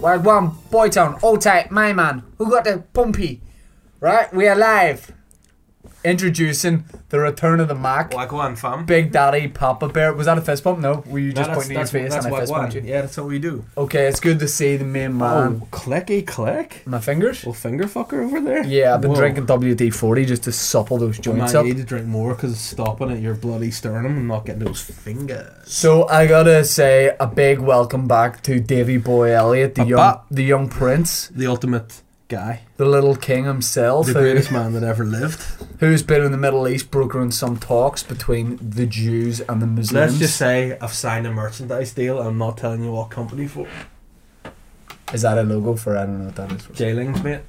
Wild One, Boytown, All Tight, My Man, Who Got the Pumpy? Right, we are live. Introducing the return of the Mac. Wagwan, fam. Big Daddy, Papa Bear. Was that a fist bump? No, were you No, just pointing at your face and I fist Wagwan. bumped you? Yeah, that's what we do. Okay, it's good to see the main man. Oh, clicky click. My fingers? Well, finger fucker over there. Yeah, I've been Whoa. drinking WD 40 just to supple those joints Man, you up. need to drink more because it's stopping at your bloody sternum and not getting those fingers. So I gotta say a big welcome back to Davy Boy Elliott, the Papa. young, the young prince, The ultimate guy, the little king himself, the who, greatest man that ever lived. who's been in the Middle East brokering some talks between the Jews and the Muslims. Let's just say I've signed a merchandise deal. I'm not telling you what company for. Is that a logo for I don't know what that is for? Jailings, mate.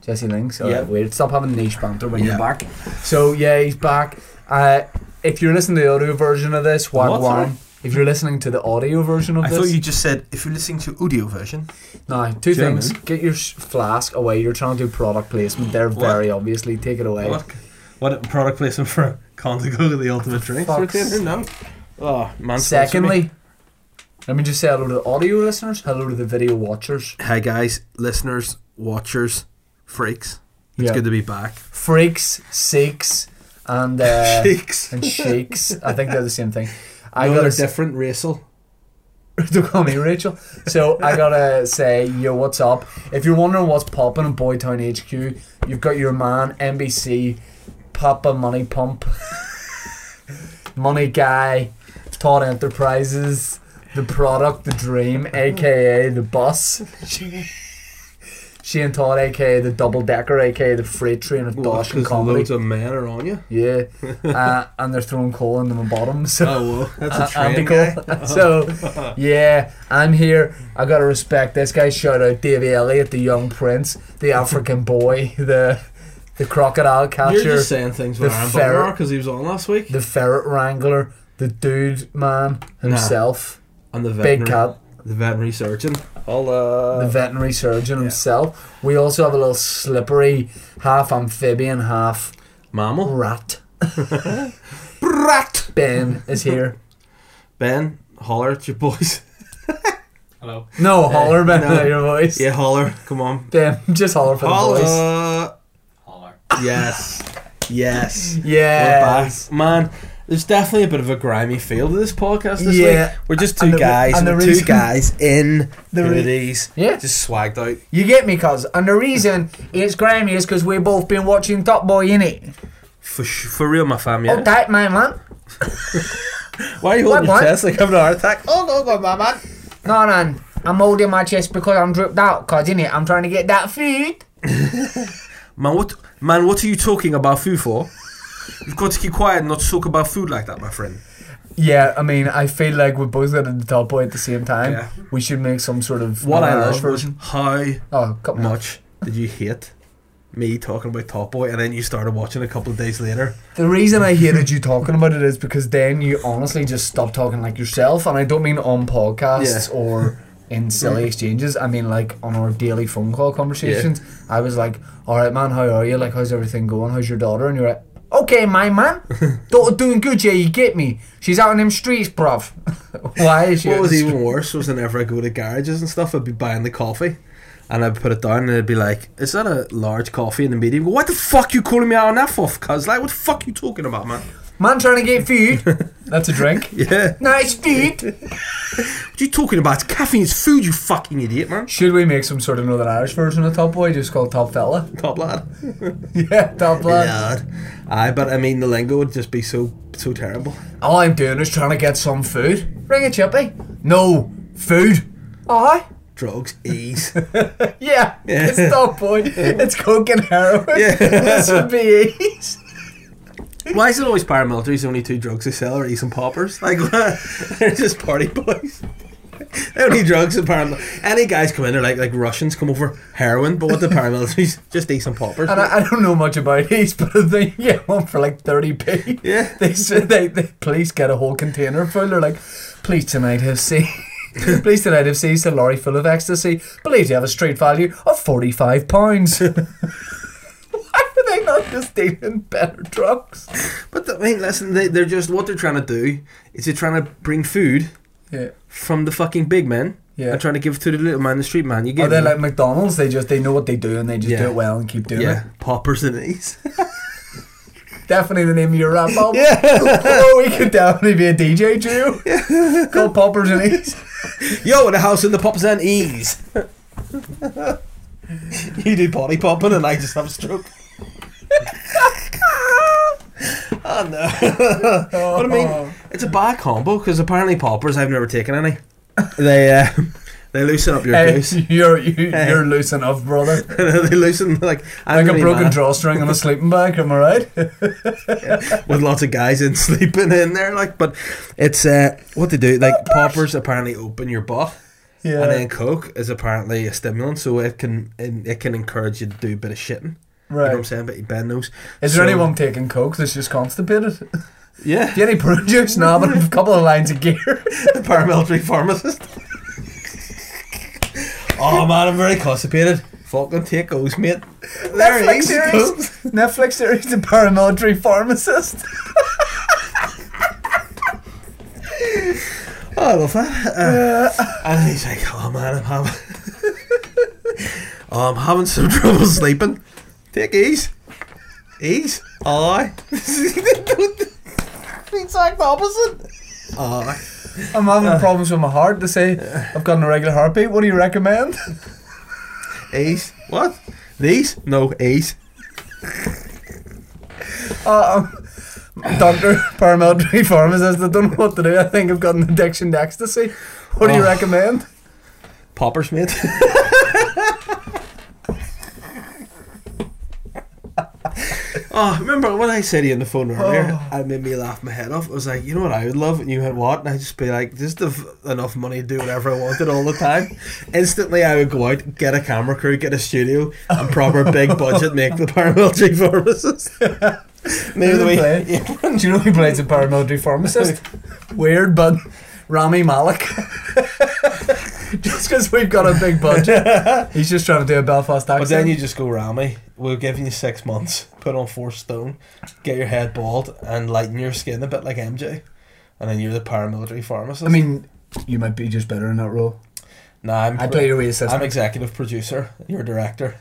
Jesse Links. Yeah. Yeah. Weird. Stop having niche banter when you're Yeah. back. So yeah, he's back. Uh, if you're listening to the audio version of this, What, Wagwan. If you're listening to the audio version of I this, thought you just said if you're listening to audio version. No, two German. things. Get your sh- flask away. You're trying to do product placement. They're What? very obviously. Take it away. What? What product placement for Contigo, the ultimate drink? Fuck's- No. Oh, man. sponsor me. Secondly, let me just say hello to the audio listeners. Hello to the video watchers. hi guys, listeners, watchers, freaks. It's Yeah. good to be back. Freaks, seeks, and uh, Freaks. and shakes. I think they're the same thing. I I no, gotta they're s- different racial. Don't call me Rachel. So I gotta say, yo, what's up? If you're wondering what's popping in Boytown HQ, you've got your man NBC, Papa Money Pump, Money Guy, Todd Enterprises, the product, the dream, aka the bus. She and Todd, aka the double decker, aka the freight train of Well, Dosh and 'cause comedy. loads of men are on you. yeah, uh, and they're throwing coal into my bottom. So Oh, well, uh, that's a I'm the train goal. so yeah, I'm here. I gotta respect this guy. Shout out Davy Elliott, the young prince, the African boy, the the crocodile You're catcher, just saying things The with Aaron ferret. Butler because he was on last week. the ferret wrangler, the dude man himself, and the veterinary, Oh. big cat, The veterinary surgeon. Hola. the veterinary surgeon himself. We also have a little slippery half amphibian, half mammal. rat. Brat. Ben is here. Ben, holler at your boys. Hello. No holler, Ben, no. your voice. yeah, holler. Come on. Ben, just holler for the voice. Holler. Holler. Yes. Yes. Yeah. We're back. Man, there's definitely a bit of a grimy feel to this podcast this Yeah. week. We're just two And the re- guys and and the we're reason- two guys in the the re- hoodies. Yeah. Just swagged out. You get me, cuz? And the reason it's grimy is because we both been watching Top Boy, innit? For, sh- for real, my fam, Oh, that, my man. Why are you holding What, your what? chest like having a heart attack? Oh, no, no, my man. No, no, I'm holding my chest because I'm dripped out, cuz, innit? I'm trying to get that food. Man, what man, what are you talking about food for? You've got to keep quiet and not talk about food like that, my friend. Yeah, I mean, I feel like we both got to the Top Boy at the same time. Yeah. We should make some sort of. What I Irish love was how Oh, come on. much did you hate me talking about Top Boy, and then you started watching a couple of days later. The reason I hated you talking about it is because then you honestly just stop talking like yourself, and I don't mean on podcasts Yeah. Mm. or in silly exchanges. I mean like on our daily phone call conversations. I was like, "All right, man, how are you? Like, how's everything going? How's your daughter?" And you're like, "Okay, my man, Do- doing good. Yeah, you get me. She's out in them streets, bruv. Why is she? What out was in the even worse was whenever I go to garages and stuff, I'd be buying the coffee. And I'd put it down and it'd be like, Is that a large coffee in the medium? What the fuck you calling me out on that for? Cuz like what the fuck you talking about, man? street? man trying to get food. That's a drink. Yeah. Nice food. What you talking about? Caffeine is food, you fucking idiot, man. Should we make some sort of Northern Irish version of Top Boy, just called Top Fella? Top lad. yeah, Top Lad. Lord. Aye, but I mean the lingo would just be so so terrible. All I'm doing is trying to get some food. Ring a chippy. No food. Aye. Drugs, ease. Yeah. It's top boy. It's coke and heroin. Yeah. this would be ease. Why is it always paramilitaries the only two drugs they sell are ease and poppers? Like they're just party boys. They only drugs and paramilitaries. Any guys come in, they're like like Russians come over heroin, but what the paramilitaries just ease and poppers. And I, I don't know much about these, but I think you get one for like thirty p. Yeah. They said they, they police get a whole container full. They're like, please tonight have seen. Please tonight have seized a lorry full of ecstasy. Believed to have a street value of forty-five pounds. Why are they not just dealing better drugs? but I mean, listen, they, they're just what they're trying to do is they're trying to bring food Yeah. from the fucking big men Yeah. and trying to give to the little man in the street, man. You Are get they me. like McDonald's? They just they know what they do and they just Yeah. do it well and keep doing yeah, poppers and these. it. Definitely the name of your rap album. yeah. oh, we could definitely be a DJ too. Called Poppers and E's. Yo, the house in the pops and ease. you do potty popping, and I just have a stroke. oh no! But I Oh. mean, it's a bad combo because apparently poppers. I've never taken any. They uh, they loosen up your Hey, goose. you're you, Hey. you're loose enough, brother. they loosen like Like I'm a really broken mad drawstring on a sleeping bag. Am I right? with lots of guys in sleeping in there. Like, but it's uh, what they do. Like poppers apparently open your butt. Yeah. And then coke is apparently a stimulant, so it can it can encourage you to do a bit of shitting. You know what I'm right. saying? But you bend those. Is there So- anyone taking coke that's just constipated? Do Yeah, you any prune juice? No, but a couple of lines of gear. the paramilitary pharmacist. oh man, I'm very constipated. Fucking take those, mate. There Netflix it is. series. folks. Netflix series, The Paramilitary Pharmacist. Oh, I love that. Uh, and he's like, oh man, I'm having, oh, I'm having some trouble sleeping. Take ease, ease. Aye. exact opposite. Aye. I'm having Uh. problems with my heart. They say I've got an irregular heartbeat. What do you recommend? Ace. What? These? No, ace. Uh, um, doctor, paramilitary pharmacist. I don't know what to do. I think I've got an addiction to ecstasy. What do you Oh. recommend? Poppers, mate. oh, remember when I said to you on the phone earlier? Oh. It made me laugh my head off. I was like, you know what I would love? And you went, what? And I'd just be like, just have enough money to do whatever I wanted all the time. Instantly, I would go out, get a camera crew, get a studio, and proper big budget, make the paramilitary pharmacist. Maybe the way. Play. Do you know who plays a paramilitary pharmacist? Weird, but Rami Malik. just because we've got a big budget, he's just trying to do a Belfast accent. But then you just go Rami. We'll give you six months. Put on four stone, get your head bald, and lighten your skin a bit like MJ. And then you're the paramilitary pharmacist. I mean, you might be just better in that role. nah, I'm I play your way assistant. I'm executive producer. You're director.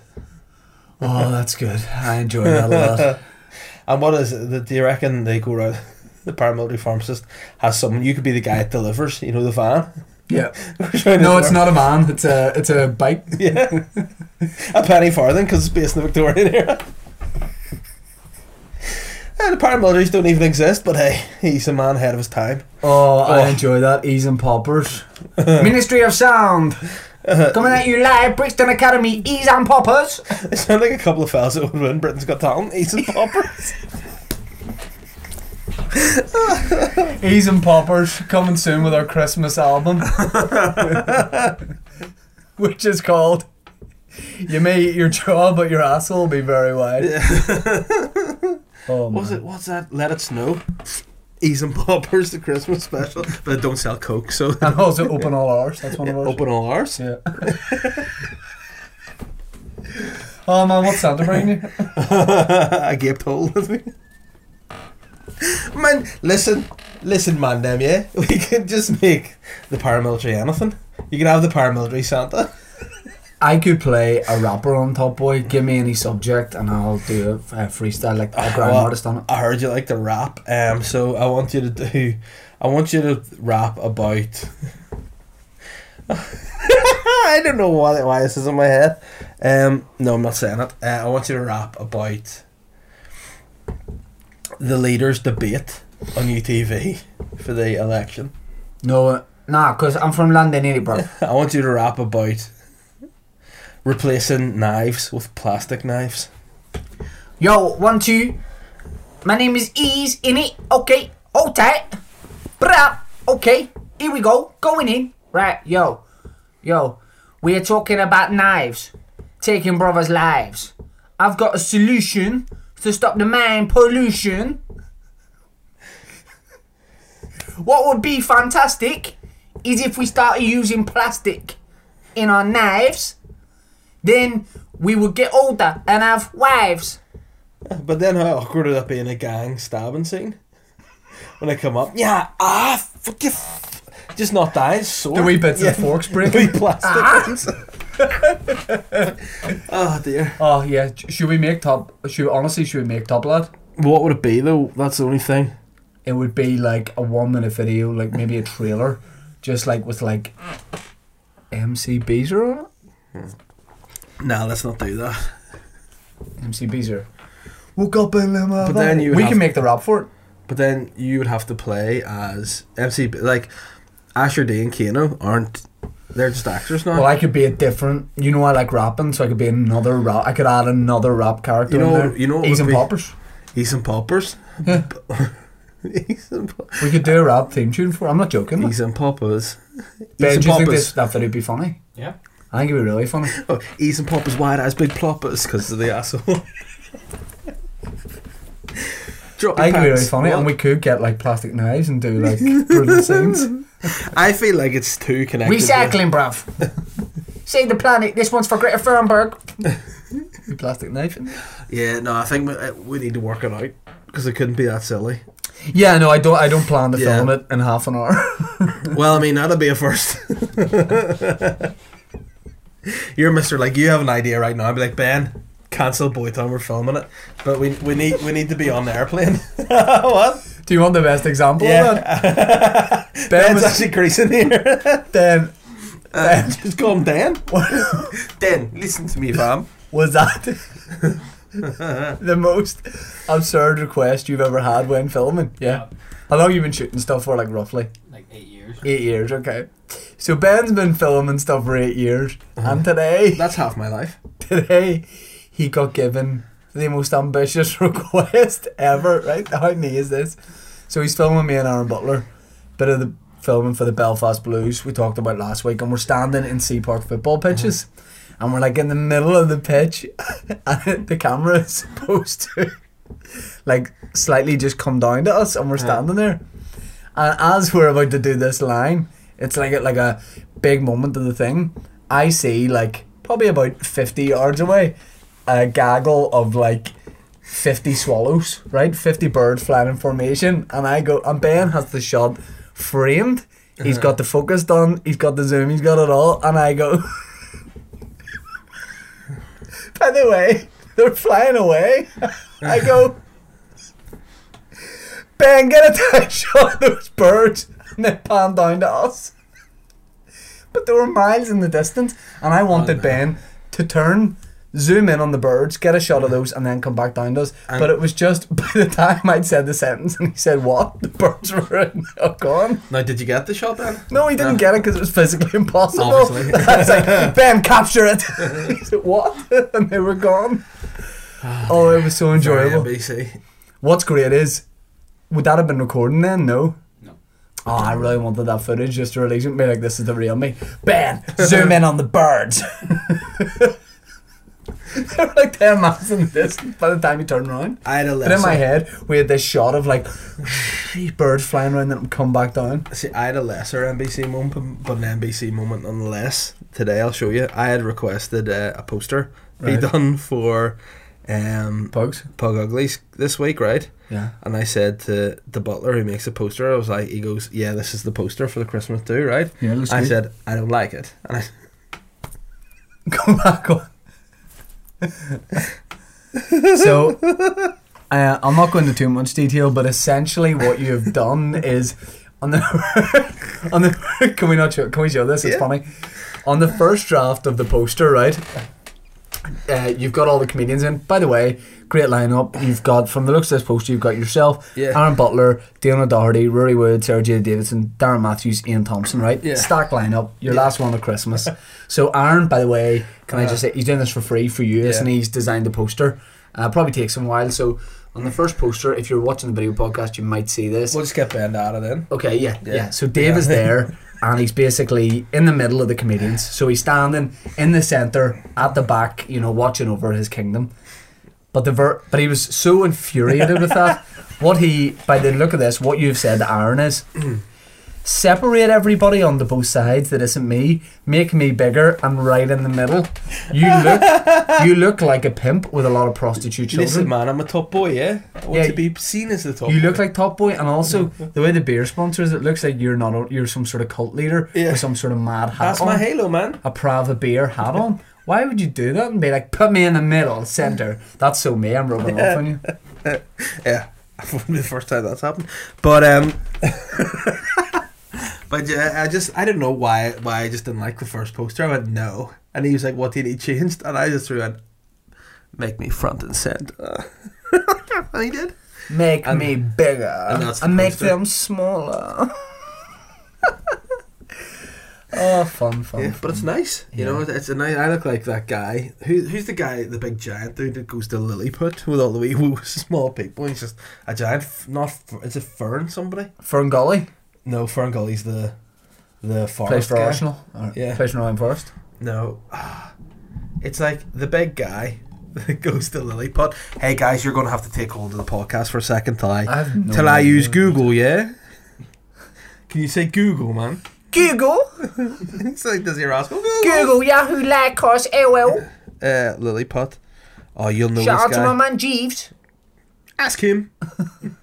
Oh, that's good. I enjoy that a lot. And what is it? that- Do you reckon they go around? The paramilitary pharmacist has someone. You could be the guy that delivers. You know the van. Yeah. No, it's not a man. It's a it's a bike. Yeah, a penny farthing because it's based in the Victorian era. And the paramilitaries don't even exist, but hey, he's a man ahead of his time. Oh, I Oh. enjoy that. Ease and poppers. Ministry of Sound coming at you live, Brixton Academy. Ease and poppers. They sound like a couple of fellas that would win Britain's Got Talent, Ace and Poppers. Ease and poppers coming soon with our Christmas album, which is called. You may eat your jaw, but your asshole will be very wide. oh, What was man. it? What's that? Let It Snow. Ace and Poppers, the Christmas special, but they don't sell Coke, so And also open all ours. That's one of ours. open all ours. Yeah. oh man, what's Santa bringing you? I gaped hole. man, listen, listen, man, them yeah. We can just make the paramilitary anything. You can have the paramilitary Santa. I could play a rapper on Top Boy. Give me any subject, and I'll do a, f- a freestyle like a grime Well, artist on it. I heard you like to rap, um. So I want you to do, I want you to rap about. I don't know why why this is in my head. Um, no, I'm not saying it. Uh, I want you to rap about the leaders' debate on UTV for the election. No, uh, nah, cause I'm from London, innit, bro. I want you to rap about replacing knives with plastic knives. Yo, one two. My name is Ease, innit. Okay, hold tight. Brah. Okay, here we go. Going in. Right, yo, yo. We are talking about knives, taking brothers' lives. I've got a solution to stop the mine pollution. What would be fantastic is if we started using plastic in our knives. Then we would get older and have wives. But then how awkward would that be in a gang stabbing scene? When I come up, yeah, ah, fuck you. f- Just not die, so The wee bits yeah. of Ah. forks break. Wee plastic ones. oh dear. Oh yeah, sh- should we make top? Should honestly, should we make top lad? What would it be though? That's the only thing. It would be like a one minute video, like maybe a trailer, just like with like MC Beezer on it. Nah, let's not do that. MC Beezer. Woke up in the But then you we have- can make the rap for it. But then you would have to play as MC. Like Asher D and Kano aren't. They're just actors now. Well, I could be a different. You know, I like rapping, so I could be another rap. I could add another rap character. You know- in there. you know what he's would in be- poppers. He's in poppers. Yeah. He's in pop- We could do a rap theme tune for. I'm not joking. like. he's in poppers. Ben, He's do you in think this, poppers. that video'd be funny? Yeah. I think it'd be really funny. Oh, he's in poppers. Wide eyes, big ploppers, because of the asshole. Drop your I think it'd be really pants. funny, and What? we could get like plastic knives and do like brilliant scenes. I feel like it's too connected. Recycling, bruv. Save the planet. This one's for Greta Thunberg. Plastic knife. Yeah, no, I think we, uh, we need to work it out because it couldn't be that silly. Yeah, no, I don't. I don't plan to Yeah. film it in half an hour. well, I mean, that'd be a first. You're Mister. Like you have an idea right now. I'd be like Ben, cancel Boytown. We're filming it, but we we need we need to be on the airplane. what? do you want the best example? Of Yeah. that? Ben Ben's was actually creasing here. then Uh, just call him Dan. Dan, listen to me, fam. was that the most absurd request you've ever had when filming? Yeah. How long you been shooting stuff for? Like roughly Like eight years. eight years. Okay. So Ben's been filming stuff for eight years, Uh-huh. and today. That's half my life. today he got given the most ambitious request ever, right? How me is this? So he's filming me and Aaron Butler, bit of the filming for the Belfast Blues we talked about last week, and we're standing in Sea Park football pitches. And we're like in the middle of the pitch, and the camera is supposed to like slightly just come down to us, and we're standing there. And as we're about to do this line, it's like a, like a big moment of the thing. I see like probably about fifty yards away, a gaggle of like fifty swallows, right? Fifty birds flying in formation, and I go and Ben has the shot framed. He's got the focus done. He's got the zoom. He's got it all, and I go. By the way, they're flying away. I go. Ben, get a tight shot of those birds. And they pan down to us. But they were miles in the distance, and I wanted Oh, no. Ben to turn, zoom in on the birds, get a shot of those, and then come back down to us. And- but it was just by the time I'd said the sentence and he said, What? The birds were in, gone. Now, did you get the shot, Ben? No, he didn't No. get it because it was physically impossible. Obviously. I was like, Ben, capture it. he said, What? And they were gone. Ah, Oh, it was so enjoyable. Sorry, NBC. What's great is, would that have been recording then? No. No. Oh, I really wanted that footage just to release it. and Be like, this is the real me. Ben, zoom in on the birds. they were like ten miles in the distance by the time you turn around. I had a But in my lesser. head, we had this shot of like these birds flying around and come back down. See, I had a lesser NBC moment, but- but an NBC moment nonetheless. Today, I'll show you. I had requested uh, a poster Right. be done for um, Bugs. Pug Uglies this week, right? Yeah. And I said to the butler who makes the poster, I was like, he goes, "Yeah, this is the poster for the Christmas do, right?" Yeah, looks I good. said, "I don't like it," and I, Come back on. so, uh, I'm not going into too much detail, but essentially what you have done is on the on the can we not show can we show this? It's Yeah. funny. On the first draft of the poster, right? Uh, you've got all the comedians in. By the way, great lineup. You've got from the looks of this poster, you've got yourself, Yeah. Aaron Butler, Dana Doherty, Rory Wood, Sarah J. Davidson, Darren Matthews, Ian Thompson. Right, Yeah. Uh-huh. stack lineup. Your last one at Christmas. so Aaron, by the way, can I just say he's doing this for free for you, Yeah. and he's designed the poster. Uh, probably takes him a while. So on the first poster, if you're watching the video podcast, you might see this. "We'll just get Ben out of then." Okay, yeah, yeah. Yeah. So Dave Yeah. is there, and he's basically in the middle of the comedians. So he's standing in the center at the back, you know, watching over his kingdom. But the ver- but he was so infuriated with that. What he by the look of this, what you've said to Aaron is, Separate everybody on the both sides that isn't me. Make me bigger. I'm right in the middle. You look, you look like a pimp with a lot of prostitute children. Listen, man, I'm a top boy, yeah? I want Yeah, to be seen as the top You boy. look like Top Boy, and also the way the beer sponsors it looks like you're not a- you're some sort of cult leader Yeah. with some sort of mad hat That's on, my halo, man. a Prava beer hat on. Why would you do that and be like, put me in the middle, centre? That's so me. I'm rubbing off on you. Yeah. be the first time that's happened. But um, But yeah, I just I don't know why why I just didn't like the first poster. I went no, and he was like, "What did he changed?" And I just went, "Make me front and center." and he did. Make And- me bigger and that's the make poster. them smaller. oh, fun, fun. Yeah, but it's nice. You know, it's a nice. I look like that guy. Who, who's the guy, the big giant dude that goes to Lilliput with all the wee wee small people? He's just a giant. f- Not f- it's a fern somebody. Ferngully, No, fern gully's the the plays forest for guy. Arsenal. Or Yeah. Plays for Nottingham Forest. No. Ah. It's like the big guy that goes to Lilliput. Hey guys, you're going to have to take hold of the podcast for a second time. I have no Till I idea. use Google, yeah? Can you say Google, man? Google, it's like, does your ass go Google? Google, Yahoo, Lycos, AOL. Uh, Lilliput. Oh, you'll know Shout out this to guy. my man Jeeves. Ask him. um,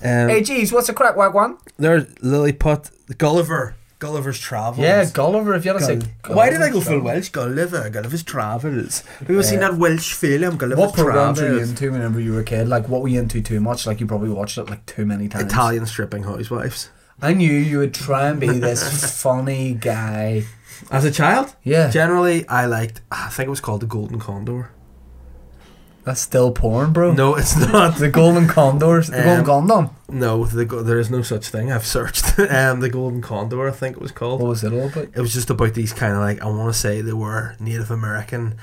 Hey, Jeeves, what's a crack wag one? there's Lilliput. Gulliver. Gulliver's Travels. Yeah, Gulliver. If you had to say, Gulliver, Why did I go full Welsh? Gulliver, Gulliver's Travels. Have you ever seen that Welsh film, Gulliver's What programs were you Travels? into whenever you were a kid? Like, what were you into too much? Like, you probably watched it like too many times. Italian stripping housewives. I knew you would try and be this funny guy. As a child, Yeah, generally I liked. I think it was called the Golden Condor. that's still porn, bro. No, it's not. The Golden Condors, the Um, Golden Condom. No, the, go- there is no such thing. I've searched. um, the Golden Condor, I think it was What called. was it all about? It was just about these kind of like I want to say they were Native American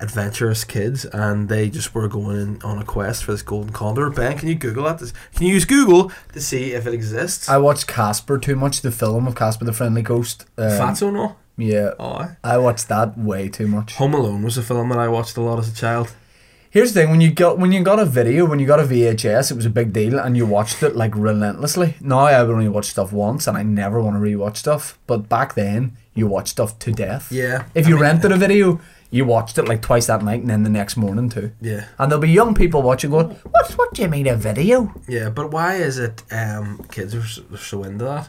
adventurous kids, and they just were going in on a quest for this Golden Condor. Ben, can you Google that? This- Can you use Google to see if it exists? I watched Casper too much, the film of Casper the Friendly Ghost. Um, Fatso no. Yeah, Oh, I watched that way too much. Home Alone was a film that I watched a lot as a child. Here's the thing: when you got when you got a video, when you got a VHS, it was a big deal, and you watched it like relentlessly. Now I would only watch stuff once, and I never want to rewatch stuff. But back then, you watched stuff to death. Yeah. uh, If you rented a video, you watched it like twice that night, and then the next morning too. Yeah. And there'll be young people watching, going, "What? What do you mean a video?" Yeah, but why is it um, kids are, s- are so into that?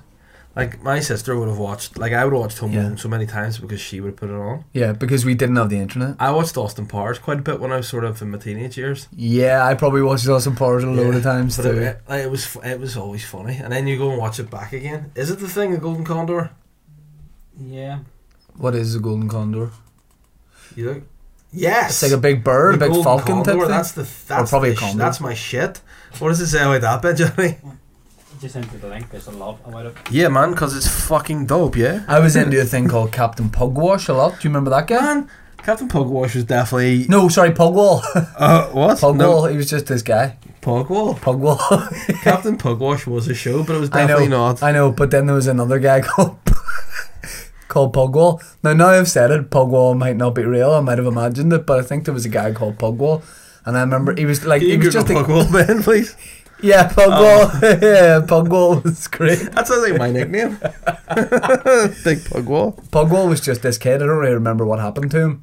Like my sister would have watched, like I would have watched Home Yeah. Alone so many times because she would have put it on. Yeah, because we didn't have the internet. I watched Austin Powers quite a bit when I was sort of in my teenage years. Yeah, I probably watched Austin Powers a load Yeah, of times But too. it, like, it was f- it was always funny, and then you go and watch it back again. Is it the thing, the Golden Condor? Yeah. What is a golden condor? You look. Yes. It's like a big bird, a The big Golden falcon Condor, type thing. That's the that's probably the a sh- condor. That's my shit. What does it say about that, Benjamin? Just into the link. There's a lot about it. Yeah, man, because it's fucking dope. Yeah. I was into a thing called Captain Pugwash a lot. Do you remember that guy? Man, Captain Pugwash was definitely. No, sorry, Pugwall. Uh, what? Pugwall. No, He was just this guy. Pugwall. Pugwall. Captain Pugwash was a show, but it was I know. definitely not. I know, but then there was another guy called called Pugwall. Now, now I've said it, Pugwall might not be real. I might have imagined it, but I think there was a guy called Pugwall, and I remember he was like Can he you was Google Um. just a, Pugwall, man, please? yeah Pugwall. yeah, Pugwall was great. That sounds like my nickname. Big Pugwall. Pugwall was just this kid. I don't really remember what happened to him,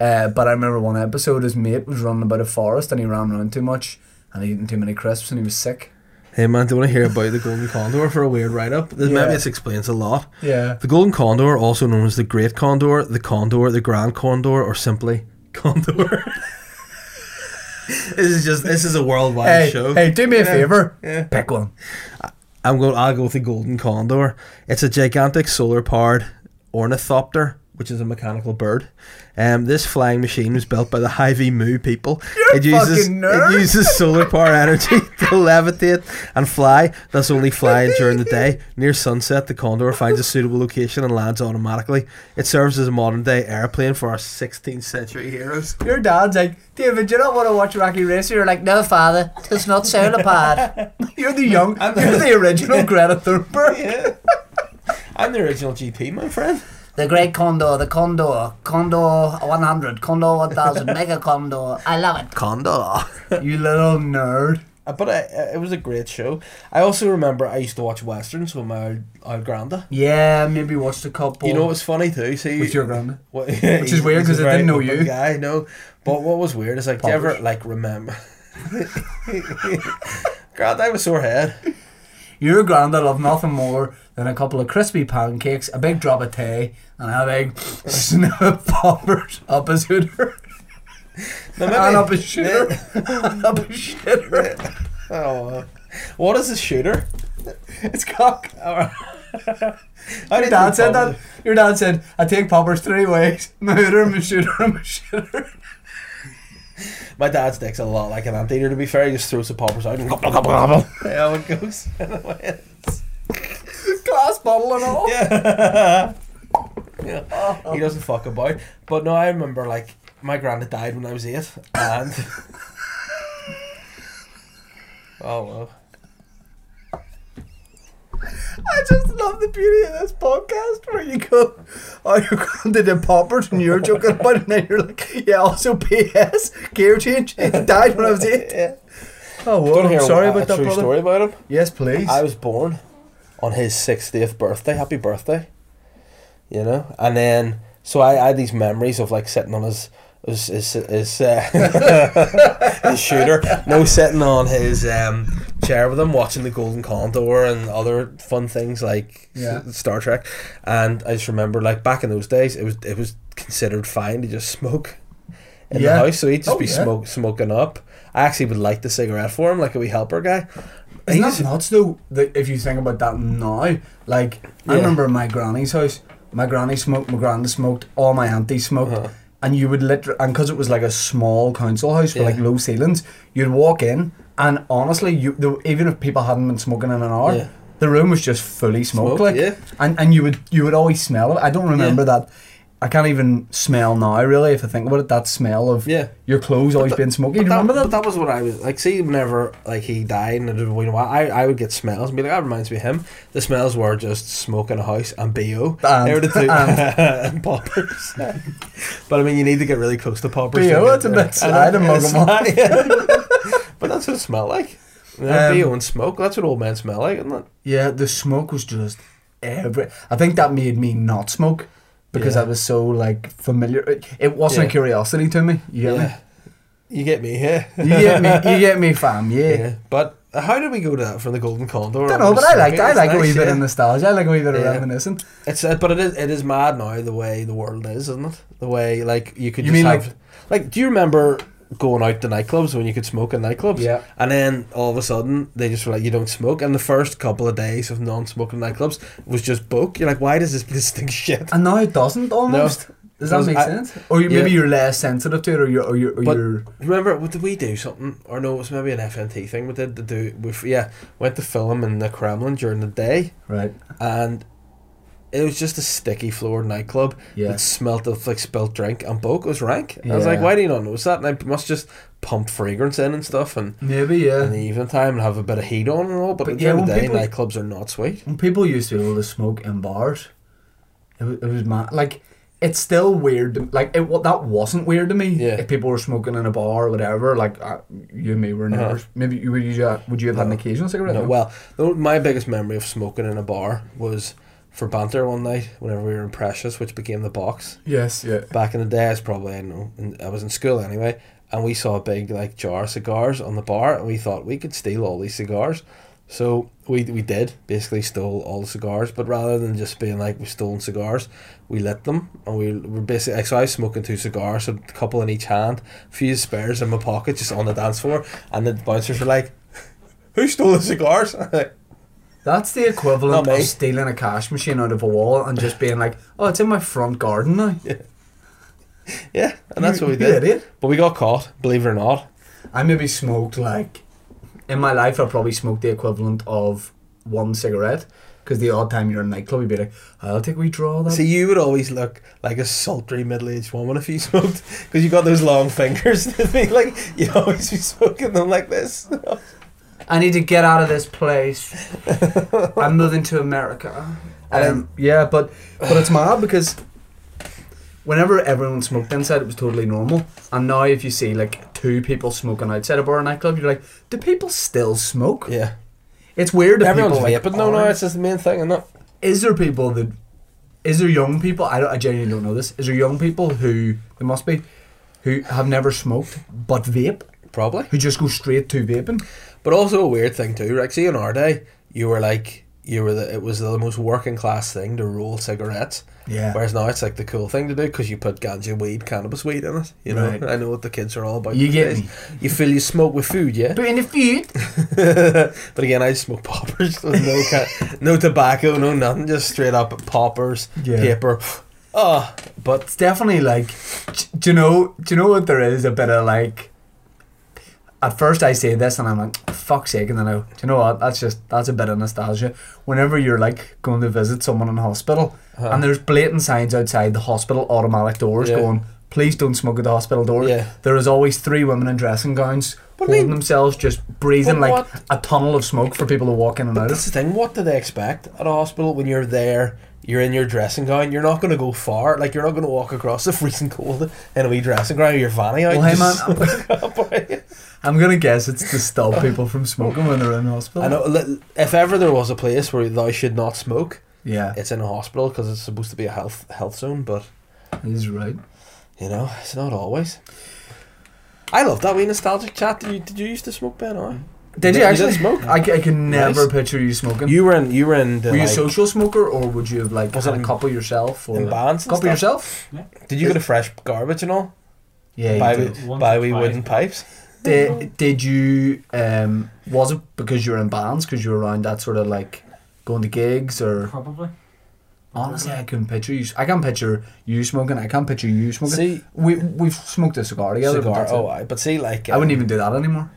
uh, but I remember one episode his mate was running about a forest and he ran around too much and eating too many crisps and he was sick. Hey, man, do you want to hear about the Golden Condor for a weird write-up? This, Yeah. Maybe this explains a lot. Yeah. The Golden Condor, also known as the Great Condor, the Condor, the Grand Condor, or simply Condor. this is just this is a worldwide Hey, show. hey, do me a favor. Yeah. Pick one. I'm going. I'll go with the Golden Condor. It's a gigantic solar-powered ornithopter, which is a mechanical bird. Um, this flying machine was built by the Hy-Vee Mu people. You're it uses fucking nerd. it uses solar power energy to levitate and fly. Thus, only flying during the day. Near sunset, the Condor finds a suitable location and lands automatically. It serves as a modern-day airplane for our 16th century heroes. Your dad's like, David, do you not want to watch Rocky Racer? You're like, no, father, it's not Solarpod. you're the young, you're the original Greta Thunberg. Yeah. I'm the original GP, my friend. The Great Condor, the Condor, Condor 100, Condor 1000, Mega Condor. I love Condor. it. You little nerd. Uh, But I, uh, it was a great show. I also remember I used to watch westerns with my old, old granda. Yeah, maybe watched a couple. You know, it was funny too. See, with your grandma. What, Which is weird 'cause I didn't know you. Guy, no. But what was weird is like, do you ever Poppers. like remember? God, I have a sore head. Your granda loved nothing more than a couple of crispy pancakes, a big drop of tea, and a big snip of poppers up his hooter Now, maybe- and up his shooter and up his shooter. Oh, what is a shooter? It's cock. I Your dad said that. Your dad said, "I take poppers three ways: my hooter, my shooter, and my shooter." My dad's dick's a lot like an anteater, to be fair. He just throws the poppers out and gobble, gobble, gobble. Yeah, it goes. Glass bottle and all. yeah. Oh. yeah. He doesn't fuck about. But no, I remember, like, my granddad died when I was eight. And. oh, well. I just love the beauty of this podcast where you go, oh, you're going to the poppers and you're joking about it, and then you're like, yeah, also PS, gear change, died when I was eight. Yeah. Oh, well, Do you wanna I'm hear sorry a- about a that, true brother. story about him. Yes, please. I was born on his 60th birthday. Happy birthday. You know? And then, so I, I had these memories of like sitting on his. His, his, his, uh, his shooter no sitting on his um, chair with him watching the Golden Condor and other fun things like s- Yeah. Star Trek and I just remember like back in those days it was it was considered fine to just smoke in Yeah. the house so he'd just Oh, be yeah. smoke, smoking up I actually would like the cigarette for him like a wee helper guy Isn't He's- that nuts though? That if you think about that now, like I Yeah. remember my granny's house. My granny smoked, my granda smoked, all my aunties smoked, Uh-huh. and you would literally, and because it was like a small council house with like Yeah. low ceilings, you'd walk in, and honestly, you the, even if people hadn't been smoking in an hour, Yeah. the room was just fully smoked, Smoke, like, yeah. and and you would you would always smell it. I don't remember that. I can't even smell now, really, if I think about it. That smell of Yeah. your clothes always being smoky. Do you But remember But that was what I was like. See, whenever like he died, and you know, I I would get smells and be like, that reminds me of him. The smells were just smoke in a house and bo. And- they were the two and- and, poppers. but I mean, you need to get really close to poppers. B.O., to get it's a bit there. I know, sad and it's mug 'em not, yeah. but that's what it smelled like. Yeah, Um, bo and smoke. That's what old men smell like, isn't it? Yeah, the smoke was just every. I think that made me not smoke because Yeah. I was so like familiar. It, it wasn't a Yeah. curiosity to me. You get You get me, yeah. me. You get me. You get me, fam. Yeah. yeah. But uh, how did we go to that from the Golden Condor? don't know, but I liked. I It's like a nice, wee bit yeah. of nostalgia. I like a wee bit of Yeah. reminiscing. It's uh, but it is it is mad now the way the world is, isn't it? The way like you could You just mean, have like, do you remember going out to nightclubs when you could smoke in nightclubs? Yeah. And then all of a sudden they just were like you don't smoke and the first couple of days of non smoking nightclubs was just boke. You're like, why does this this thing shit? And now it doesn't almost. Does that Because make I- sense? Or you, maybe yeah. you're less sensitive to it, or you're, or you're, or But- you're Remember what did we do something or no, it was maybe an FNT thing we did to do we f- yeah, went to film in the Kremlin during the day right. and it was just a sticky floor nightclub. Yeah. It smelt of like spilt drink and boke was rank. I was like, Yeah. why do you not notice that? And I must just pump fragrance in and stuff and Maybe in yeah. the evening time and have a bit of heat on and all. But, But at the yeah, end of the when day, people- nightclubs are not sweet. When people used to be able to smoke in bars, it was, it was mad. Like, it's still weird. to- Like, it wa- that wasn't weird to me. Yeah. If people were smoking in a bar or whatever, like uh, you and me were never. Uh-huh. Maybe you would you uh, would you have had an No. occasional cigarette? No, well, the, my biggest memory of smoking in a bar was for banter one night whenever we were in Precious, which became the box. Yes. Yeah. Back in the day, I was probably I don't know, in, I was in school anyway, and we saw a big like jar of cigars on the bar, and we thought we could steal all these cigars. So we we did basically stole all the cigars, but rather than just being like we stolen cigars, we lit them and we were basically like, so I was smoking two cigars, so a couple in each hand, a few spares in my pocket, just on the dance floor, and the bouncers were like, "Who stole the cigars?" That's the equivalent Not me. of stealing a cash machine out of a wall and just being like, "Oh, it's in my front garden now." yeah, and that's You- what we you did. idiot. But we got caught, believe it or not. I maybe smoked like in my life. I probably smoked the equivalent of one cigarette. Because the odd time you're in a nightclub, you'd be like, "I'll take a wee draw of that." See, you would always look like a sultry middle-aged woman if you smoked, because you got those long fingers. I mean, like you always be smoking them like this. I need to get out of this place. I'm moving to America. Um, Um, yeah, but but it's mad because whenever everyone smoked inside, it was totally normal. And now, if you see like two people smoking outside a bar or nightclub, you're like, do people still smoke? Yeah. It's weird. That Everyone's people, like, vaping. No, no, aren't. it's just the main thing, isn't it? is there people that is there young people I, don't, I genuinely don't know this is there young people who there must be who have never smoked but vape Probably. who just go straight to vaping But also a weird thing too, like see in our day, you were like you were the it was the most working class thing to roll cigarettes. yeah Whereas now it's like the cool thing to do because you put ganja weed, cannabis weed in it. You know, Right. I know what the kids are all about. You get these me. days. You fill your smoke with food, yeah. but in the food but again, I smoke poppers with no ca- no tobacco, no nothing, just straight up poppers, Yeah. paper. Oh, but it's definitely like d- do you know do you know what there is a bit of like at first I say this and I'm like fuck's sake and then I go, do you know what that's just that's a bit of nostalgia whenever you're like going to visit someone in hospital uh, and there's blatant signs outside the hospital automatic doors Yeah. going, please don't smoke at the hospital door. yeah. There is always three women in dressing gowns But I holding mean- themselves, just breathing But like what- a tunnel of smoke for people to walk in and out That's of. the thing. What do they expect at a hospital when you're there? You're in your dressing gown. You're not going to go far. Like you're not going to walk across the freezing cold in a wee dressing gown. with Your vanny out. Well, hey man, just I'm, I'm gonna guess it's to stop people from smoking when they're in hospital. I know. li- If ever there was a place where thou should not smoke, Yeah, it's in a hospital because it's supposed to be a health health zone. But he's right. you know, it's not always. I love that wee nostalgic chat. Did you, did you used to smoke, Ben? Or Did you, didn't actually? smoke? I, I can Nice. never picture you smoking. You were in. You were in. The, Were you a like, social smoker, or would you have like Was had it a in- couple yourself, in or bands? And couple stuff? yourself? Did you go to fresh garbage and all? Yeah, buy you wee, did. Once buy or wee twice. wooden pipes. Did, did you um was it because you were in bands because you were around that sort of like going to gigs or Probably. honestly I can picture you I can picture you smoking I can't picture you smoking See, we we've smoked a cigar together but cigar. that's it. Oh, I. But see, like, I wouldn't um, even do that anymore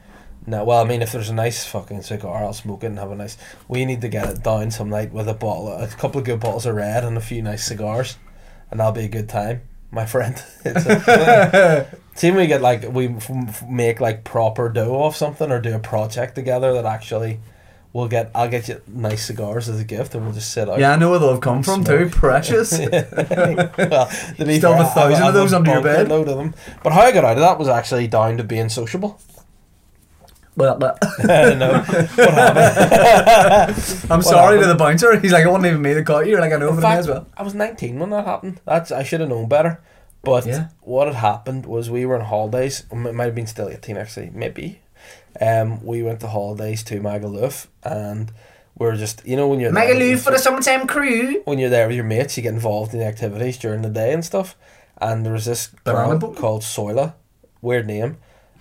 No, well, I mean, if there's a nice fucking cigar, I'll smoke it and have a nice. We need to get it down some night with a bottle, a couple of good bottles of red and a few nice cigars, and that'll be a good time, my friend. It's a- See, when we get like we f- f- make like proper dough off something or do a project together that actually, we'll get. I'll get you nice cigars as a gift, and we'll just sit out. yeah I know where they'll have come from too Smoke. precious well, to be Still fair, have a I- thousand I of have those under your bunker bed. Load of them. But how I got out of that was actually down to being sociable. Well, well, I don't know what happened. I'm What sorry to happened? the bouncer he's like it wasn't even me that caught you You're like I know In but it may fact, as well I was 19 when that happened. That's I should have known better. But Yeah. what had happened was we were on holidays. It might have been still 18 actually, maybe. Um, we went to holidays to Magaluf, and we are just you know when you're there- summertime crew when you're there with your mates, you get involved in the activities during the day and stuff. And there was this Banana girl boat? called Soila, weird name,